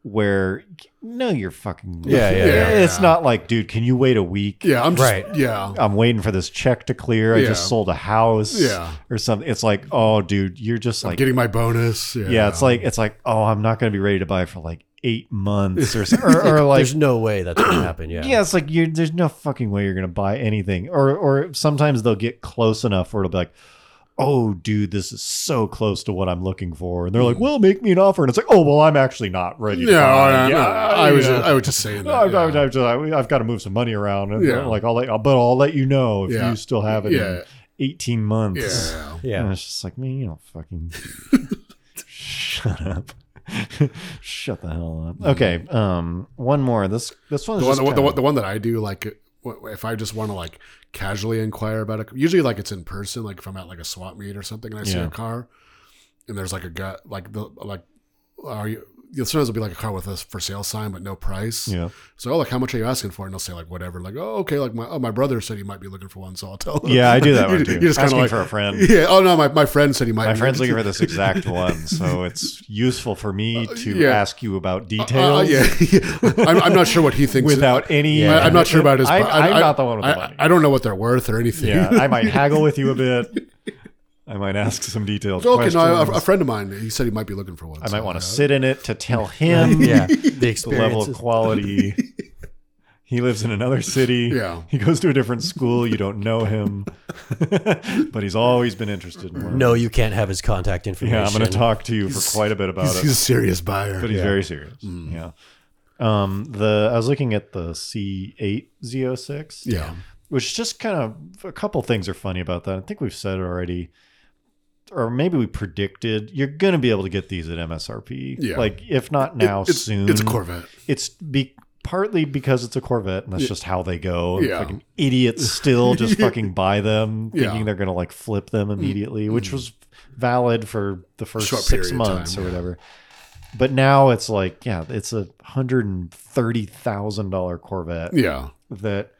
where no, you're fucking
Yeah, yeah, yeah.
It's not like, dude, can you wait a week?
Yeah. I'm just.
Right.
Yeah.
I'm waiting for this check to clear. I
Yeah.
just sold a house
Yeah.
or something. It's like, oh, dude, you're just like
Getting my bonus. Yeah.
yeah, it's like it's like oh, I'm not going to be ready to buy for like eight months or so- or, or like
There's no way that's gonna happen. Yeah.
yeah, it's like you there's no fucking way you're going to buy anything. Or or sometimes they'll get close enough where it'll be like, oh, dude, this is so close to what I'm looking for, and they're
Hmm.
like, well, make me an offer, and it's like, oh, well, I'm actually not ready.
No,
to buy.
I, I-
Yeah,
I was.
yeah. <laughs>
Just, I was just saying that.
No, I've, I've,
yeah.
I've, just, I- I've got to move some money around, and
Yeah.
like I'll let, but I'll let you know if
Yeah.
you still have it
Yeah.
in 18 months.
yeah.
Yeah.
Uh, <laughs>
And it's just like, man, you don't fucking. Shut up. <laughs> Shut the hell up. Okay. Um. One more. This this one's
the one,
just
the, one- the, one-
kinda-
the one that I do, like w- if I just want to like casually inquire about it, usually like it's in person, like if I'm at like a swap meet or something, and I see
Yeah.
a car, and there's like a guy, like the like, are you? You know, sometimes it'll be like a car with a for sale sign but no price.
yeah.
So oh, like, how much are you asking for? And they'll say like whatever. Like oh okay, like my oh, my brother said he might be looking for one, so I'll tell him.
Yeah, I do
<laughs>
that
You-
one too.
you just kinda
Asking
like-
for a friend.
<laughs> Yeah. Oh no, my, my friend said he might.
My
be
friend's
looking
looking for
<laughs>
this exact one, so it's useful for me to
Uh, yeah.
ask you about
Uh,
details.
yeah, <laughs> I'm, I'm not sure what he thinks.
<laughs> Without any-
I, am not sure about his.
I-
pri-
I'm not the one with
I-
the money.
I, <laughs> don't know what they're worth or anything.
Yeah, I might haggle with you
<laughs>
a bit. I might ask some detailed
okay,
questions.
no, a, a friend of mine, he said he might be looking for one. uh,
I might want to
to
sit in it to tell
<laughs>
him
yeah, the
the level
experience.
of quality. he lives in another city.
Yeah.
He goes to a different school. You don't know him, <laughs> but he's always been interested in one.
No, you can't have his contact information.
Yeah, I'm going to talk to you for quite a bit about
He's,
it.
he's Mm. a serious buyer.
but he's very serious. Yeah. Um, the I was looking at the C8 Z06,
yeah,
which just kind of a couple things are funny about that. I think we've said it already, or maybe we predicted you're going to be able to get these at MSRP.
Yeah.
Like if not now,
It- it's,
soon.
It's a Corvette.
It's be partly because it's a Corvette, and that's just how they go.
Yeah.
Fucking idiots
<laughs>
still just fucking buy them,
Yeah. Mm-hmm.
thinking they're going to like flip them immediately, which was valid for the first
Short period
six
of
months
time,
or
yeah.
whatever. But now it's like, yeah, it's a hundred and thirty thousand dollar Corvette
Yeah,
that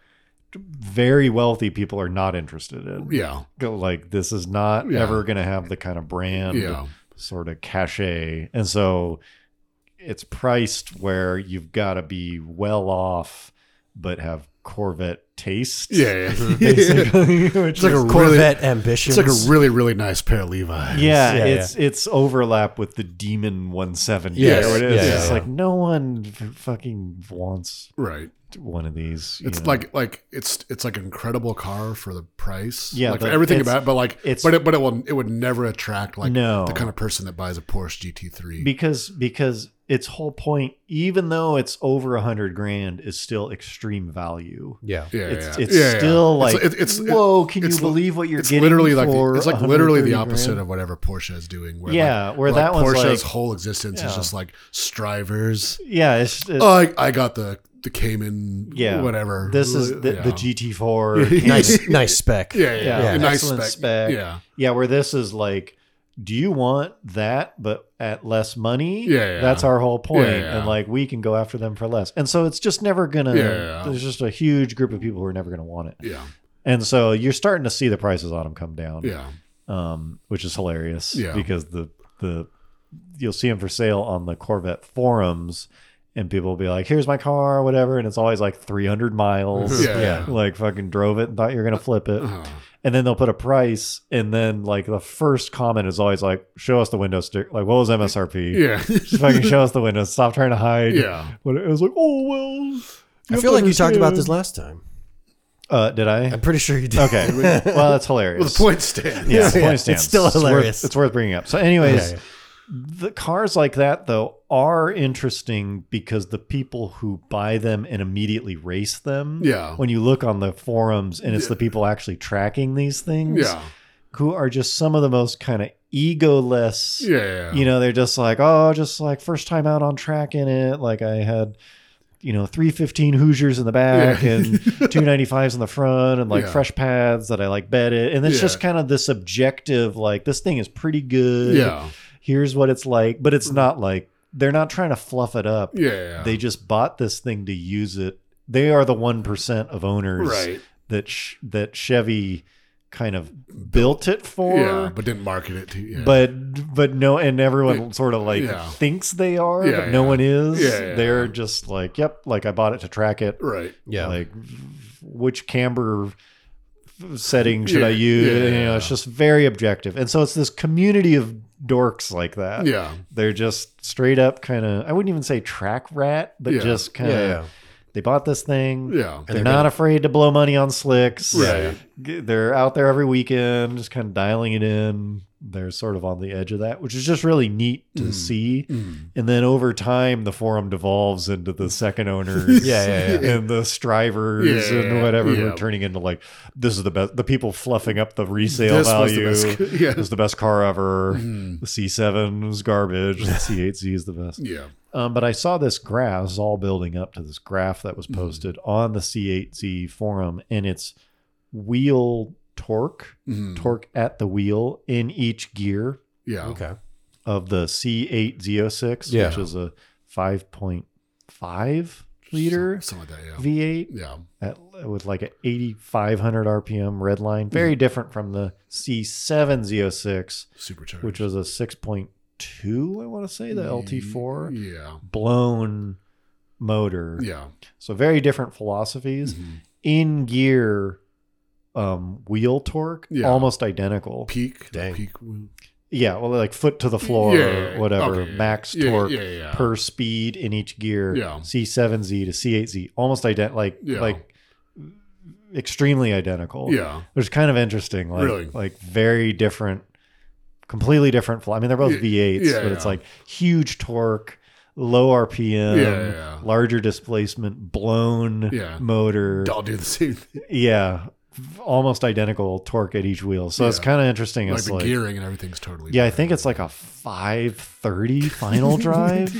very wealthy people are not interested in.
yeah,
Go, Like this is not
Yeah.
ever going to have the kind of brand
yeah,
sort of cachet. And so it's priced where you've got to be well off, but have Corvette taste. <laughs>
yeah. <laughs> yeah.
Basically,
It's
which
like a
is-
really,
Corvette ambitions.
it's like a really really nice pair of Levi's.
yeah,
yeah,
it's it's overlap with the Demon 170.
Yes,
or what it is.
yeah,
it's
yeah,
just
yeah.
like no one f- fucking wants
right.
one of these. you
It's
know?
like like it's it's like an incredible car for the price.
Yeah,
like
but
everything
it's-
about it, but like
it's-
but it but it will it would never attract like
No.
the kind of person that buys a Porsche GT3.
because because its whole point, even though it's over a hundred grand, is still extreme value.
yeah.
yeah,
it's,
yeah.
it's
Yeah, yeah.
still
It's-
like
it- it's- it-
whoa can
it's
you
li-
believe what you're
it's
getting
literally like
for
it's like literally the
130
opposite
grand?
of whatever Porsche is doing. Where
yeah
like,
where that
like
one's
Porsche's
like
whole existence
Yeah.
is just like strivers.
yeah it's, it's
Oh, I, I got the the Cayman.
Yeah.
whatever.
this is the,
yeah. <laughs>
the gt4
Nice, nice spec.
Yeah, yeah,
yeah,
yeah. A nice
excellent
spec.
spec.
Yeah,
yeah where this is like do you want that but at less money
Yeah, yeah.
that's our whole point.
Yeah, yeah.
and like we can go after them for less and so it's just never gonna
Yeah, yeah.
there's just a huge group of people who are never gonna want it
yeah,
and so you're starting to see the prices on them come down
yeah,
um, which is hilarious
Yeah.
because the the you'll see them for sale on the Corvette forums, and people will be like, "Here's my car, whatever," and it's always like 300 miles.
Yeah. Yeah.
like fucking drove it and thought you're gonna flip it,
Uh-huh.
and then they'll put a price, and then like the first comment is always like, "Show us the window stick." Like, what was MSRP?
yeah, <laughs>
Just <laughs> fucking show us the window. Stop trying to hide.
yeah.
But it was like, oh well.
I
have
feel
to
like you talked about this
understand."
last time.
Uh, did I?
<laughs> I'm pretty sure you did.
<laughs> Okay. well, that's hilarious.
Well, the point stands.
yeah, the
Yeah,
point
it's
stands.
still
worth-
hilarious.
it's worth bringing up. So, anyways,
Yeah, yeah.
the cars like that though are interesting because the people who buy them and immediately race them.
Yeah.
When you look on the forums, and it's the people actually tracking these things
yeah,
who are just some of the most kind of egoless.
yeah, yeah.
You know, they're just like, oh, just like first time out on track in it. Like I had, you know, 315 Hoosiers in the back
Yeah.
and
<laughs>
295s in the front and like
Yeah.
fresh pads that I like betted. And it's
Yeah.
just kind of this objective, like this thing is pretty good.
yeah,
Here's what it's like. But it's not like they're not trying to fluff it up.
yeah, Mm-hmm. yeah.
They just bought this thing to use it. They are the 1% of owners
right.
that, sh- that Chevy kind of built it for
yeah, but didn't market it to yeah.
but but no and everyone
Yeah.
sort of like
Yeah.
thinks they are
Yeah,
but no
yeah.
one is
Yeah, yeah,
they're
yeah.
just like yep like i bought it to track it
right.
Yeah.
like which camber f- setting should i
Yeah,
use
yeah,
you know it's just very objective and so it's this community of dorks like that
Yeah,
they're just straight up kind of i wouldn't even say track rat but
Yeah.
just
yeah,
kind of
yeah.
they bought this thing
yeah,
they're not afraid to blow money on slicks
right.
G- they're out there every weekend just kind of dialing it in they're sort of on the edge of that, which is just really neat to
Hmm.
see.
Mm.
And then over time, the forum devolves into
<laughs>
the second owners,
Yeah, yeah,
yeah.
and the strivers
Yeah,
and whatever.
yeah.
We're turning into like this is the best. The people fluffing up the resale
This was the
value.
<laughs>
<laughs>
best- yeah.
This is the best car ever.
Mhm.
The C7 is garbage. The C8Z is the best.
Yeah.
<laughs> Um, but I saw this graph, this is all building up to this graph that was posted on the C8Z forum, and it's wheel torque,
Mhm.
torque at the wheel in each gear
Yeah.
Okay.
of the C8Z06,
Yeah.
which is a 5.5 liter
Some- Something like that. Yeah.
V8
Yeah.
at, with like an 8,500 RPM red line. Very different from the C7Z06,
Supercharged.
which was a 6.2, I want to say, the LT4
Mm-hmm. Yeah.
blown motor.
Yeah.
So very different philosophies.
Mhm.
In gear um wheel torque
Yeah.
almost identical.
Peak.
Dang.
Peak.
yeah, well like foot to the floor
Yeah.
whatever
Okay.
max
Yeah,
torque
yeah, yeah.
per speed in each gear.
Yeah.
C7Z to C8Z almost ident like
Yeah.
like extremely identical.
Yeah.
Which is kind of interesting like
Really?
like very different completely different fly. I mean they're both
Yeah,
V8s
yeah,
but it's
yeah.
like huge torque, low RPM,
Yeah, yeah, yeah.
larger displacement, blown
Yeah.
motor.
I'll do the same thing.
Yeah, almost identical torque at each wheel. So it's
Yeah.
kind of interesting.
Like
it's
the
like,
gearing and everything's totally.
yeah, I
different.
think it's like a
<laughs>
530 final drive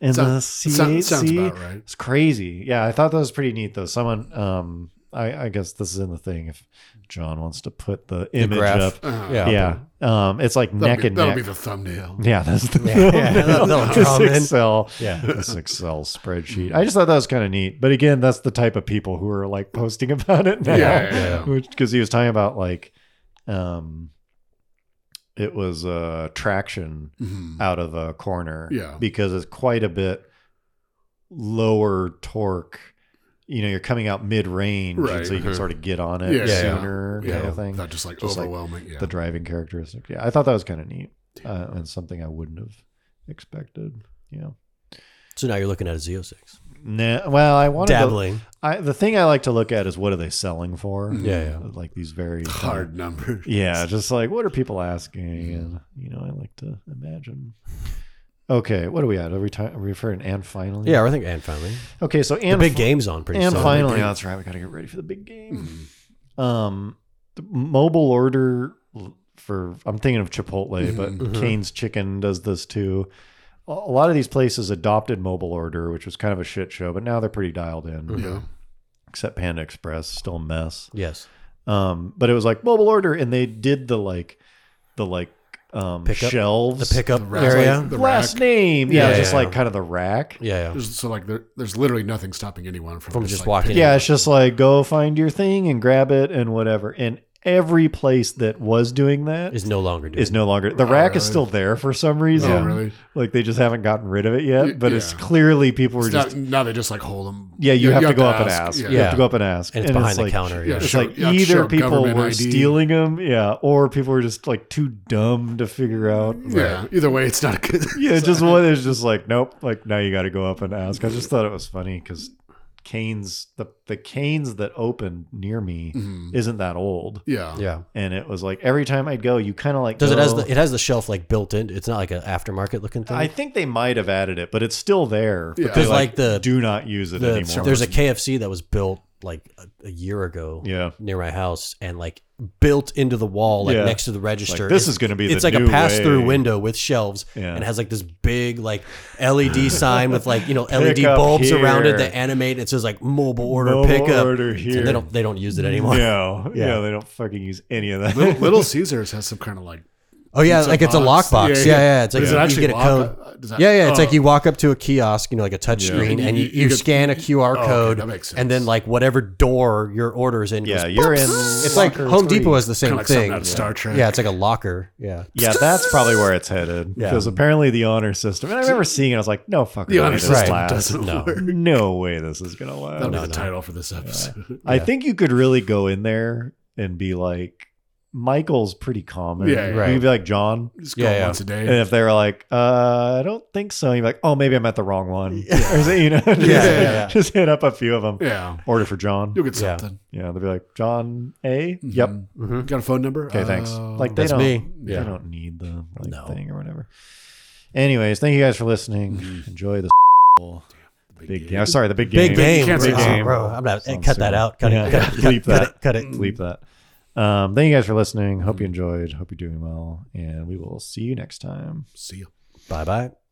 in the
Sounds-
C8C.
sounds about right.
It's crazy. Yeah, I thought that was pretty neat though. Someone, um, I, I guess this is in the thing if John wants to put the image
graph.
up.
Uh,
Yeah.
Yeah, um, it's like
That'll,
neck
be,
and
that'll
neck.
be the
<laughs>
thumbnail.
yeah, that's the
Yeah,
<laughs>
yeah, that'll- that'll
this
draw 'em in.
Excel <laughs>
Yeah.
this Excel spreadsheet. I just thought that was kind of neat. But again, that's the type of people who are like posting <laughs> about it now.
Yeah, yeah,
Because he was talking about like, um, it was uh, traction
Mhm.
out of a corner.
Yeah.
Because it's quite a bit lower torque. You know, you're coming out mid range.
Right.
So you can
Mhm.
sort of get on it
Yeah,
yeah.
sooner
Yeah.
kind of thing.
Not just like
Just like
overwhelming. yeah.
The driving characteristic. Yeah. I thought that was kind of neat uh, and something I wouldn't have expected. Yeah.
So now you're looking at a Z06.
Nah, well, I wanted to,
Dabbling.
I the thing I like to look at is what are they selling for?
Yeah, yeah.
Like these very
hard number.
<laughs> Yeah, just like what are people asking?
Mm-hmm.
And you know, I like to imagine. Okay, what are we at? Are we ti- are we referring to and finally?
Yeah, I think and finally.
Okay, so
The
and
big
fi-
game's on pretty
and
soon.
finally.
Big-
that's right. We got to get ready for the big game.
Mhm.
Um, the mobile order l- for I'm thinking of Chipotle, but
Mhm.
Kane's Chicken does this too. A a lot of these places adopted mobile order, which was kind of a shit show, but now they're pretty dialed in.
Mm-hmm.
Yeah.
Except Panda Express, still a mess.
Yes.
um but it was like mobile order and they did the like the like um
Pickup?
shelves
The pickup
The rack-
area.
like the
last
rack.
name yeah,
Yeah,
it's just
yeah,
like
yeah.
kind of the rack yeah.
yeah, yeah.
There's, so like there, there's literally nothing stopping anyone from,
From just
like,
walking
picking-
in.
it's just like go find your thing and grab it and whatever and every place that was doing that is,
Is no longer doing.
no longer the
Oh,
rack is
really?
still there for some reason
Oh, really?
like they just haven't gotten rid of it
Y-
yet but it's
yeah.
clearly people were
It's
just
not- now they just like hold them.
yeah you, have, to go up and ask you
Yeah.
have to go up and ask
and it's behind the
like,
counter. Yeah.
yeah.
It's
Show-
like
yeah,
either
show
people
government
were
ID.
stealing them, yeah, or people were just like too dumb to figure out.
Yeah. Either way, it's not good. <laughs>
Yeah, just one is just like, nope, like now you got to go up and ask. I just thought it was funny because Canes, the, the Canes that opened near me
Mhm.
isn't that old.
Yeah.
Yeah.
And it was like every time I'd go, you kind of like,
Does it has
go-
the it has the shelf like built in? It's not like an aftermarket looking thing.
I think they might have added it, but it's still there. But
Yeah.
they
Because like, the,
do not use it
the-
anymore.
there's a KFC that was built like a, a year ago
yeah.
near my house and like built into the wall like
Yeah.
next to the register.
Like, this
It's-
is going to be
it's
the
like a
new
pass through
way.
window with shelves
Yeah.
and it has like this big like LED sign with like you know LED
Pick up
bulbs around it
here.
that animate. It says like mobile order
Mobile
pickup.
order here.
And they don't they don't use it anymore.
No,
<laughs>
yeah.
Yeah.
they don't fucking use any of that.
Little,
<laughs>
<laughs>
Little Caesars has some kind of like.
Oh yeah, like it's a
box.
lockbox.
Yeah,
Yeah,
yeah.
yeah. It's like
Does
you
it actually
get a
lock?
code.
Uh, does that-
Yeah, yeah. It's
Oh.
like you walk up to a kiosk, you know, like a touch
Yeah.
screen, and you,
You- you
you
get-
scan a QR
Oh, okay,
code,
that makes sense.
and then like whatever door your order is in.
Yeah,
goes,
you're in.
it's like
locker
Home
three.
Depot has the same
Kinda like something
thing.
out of Star Trek.
Yeah, it's like a locker. Yeah,
Yeah, that's probably where it's headed.
Yeah.
Because apparently the honor system. And I remember seeing it, I was like, no fucking
The honor
this
system
lasts.
doesn't
No.
work.
No way this is gonna last.
That'll be the title for this episode. <laughs>
I think you could really go in there and be like, Michael's pretty common.
Yeah,
yeah.
You'd be like John.
Just
Yeah,
go
yeah.
once a day.
And if they were like, uh, I don't think so, you're like, oh, maybe I'm at the wrong one. <laughs> Or is it, you know, just,
yeah, yeah.
just hit up a few of them.
Yeah.
Order for John.
You'll get
Yeah.
something.
Yeah, they'll be like, John A? Yep.
Mhm.
hmm
Got a phone number?
Okay, thanks.
Uh,
Like, they
That's
don't,
me.
they
Yeah.
don't need the like,
No.
thing or whatever. Anyways, thank you guys for listening. Enjoy the
big
big
game.
game. Sorry, the big game.
Mm-hmm. Big game.
You can't
bro.
say game.
bro. I'm not, eh,
Sounds
cut that
stupid.
out. Cut
Yeah.
it. Cut it. Cut,
Bleep
it, cut
that.
it. Cut it.
Leap that. Um, thank you guys for
Mm-hmm.
listening. Hope you enjoyed. Hope you're doing well. And we will see you next time.
See ya.
Bye bye.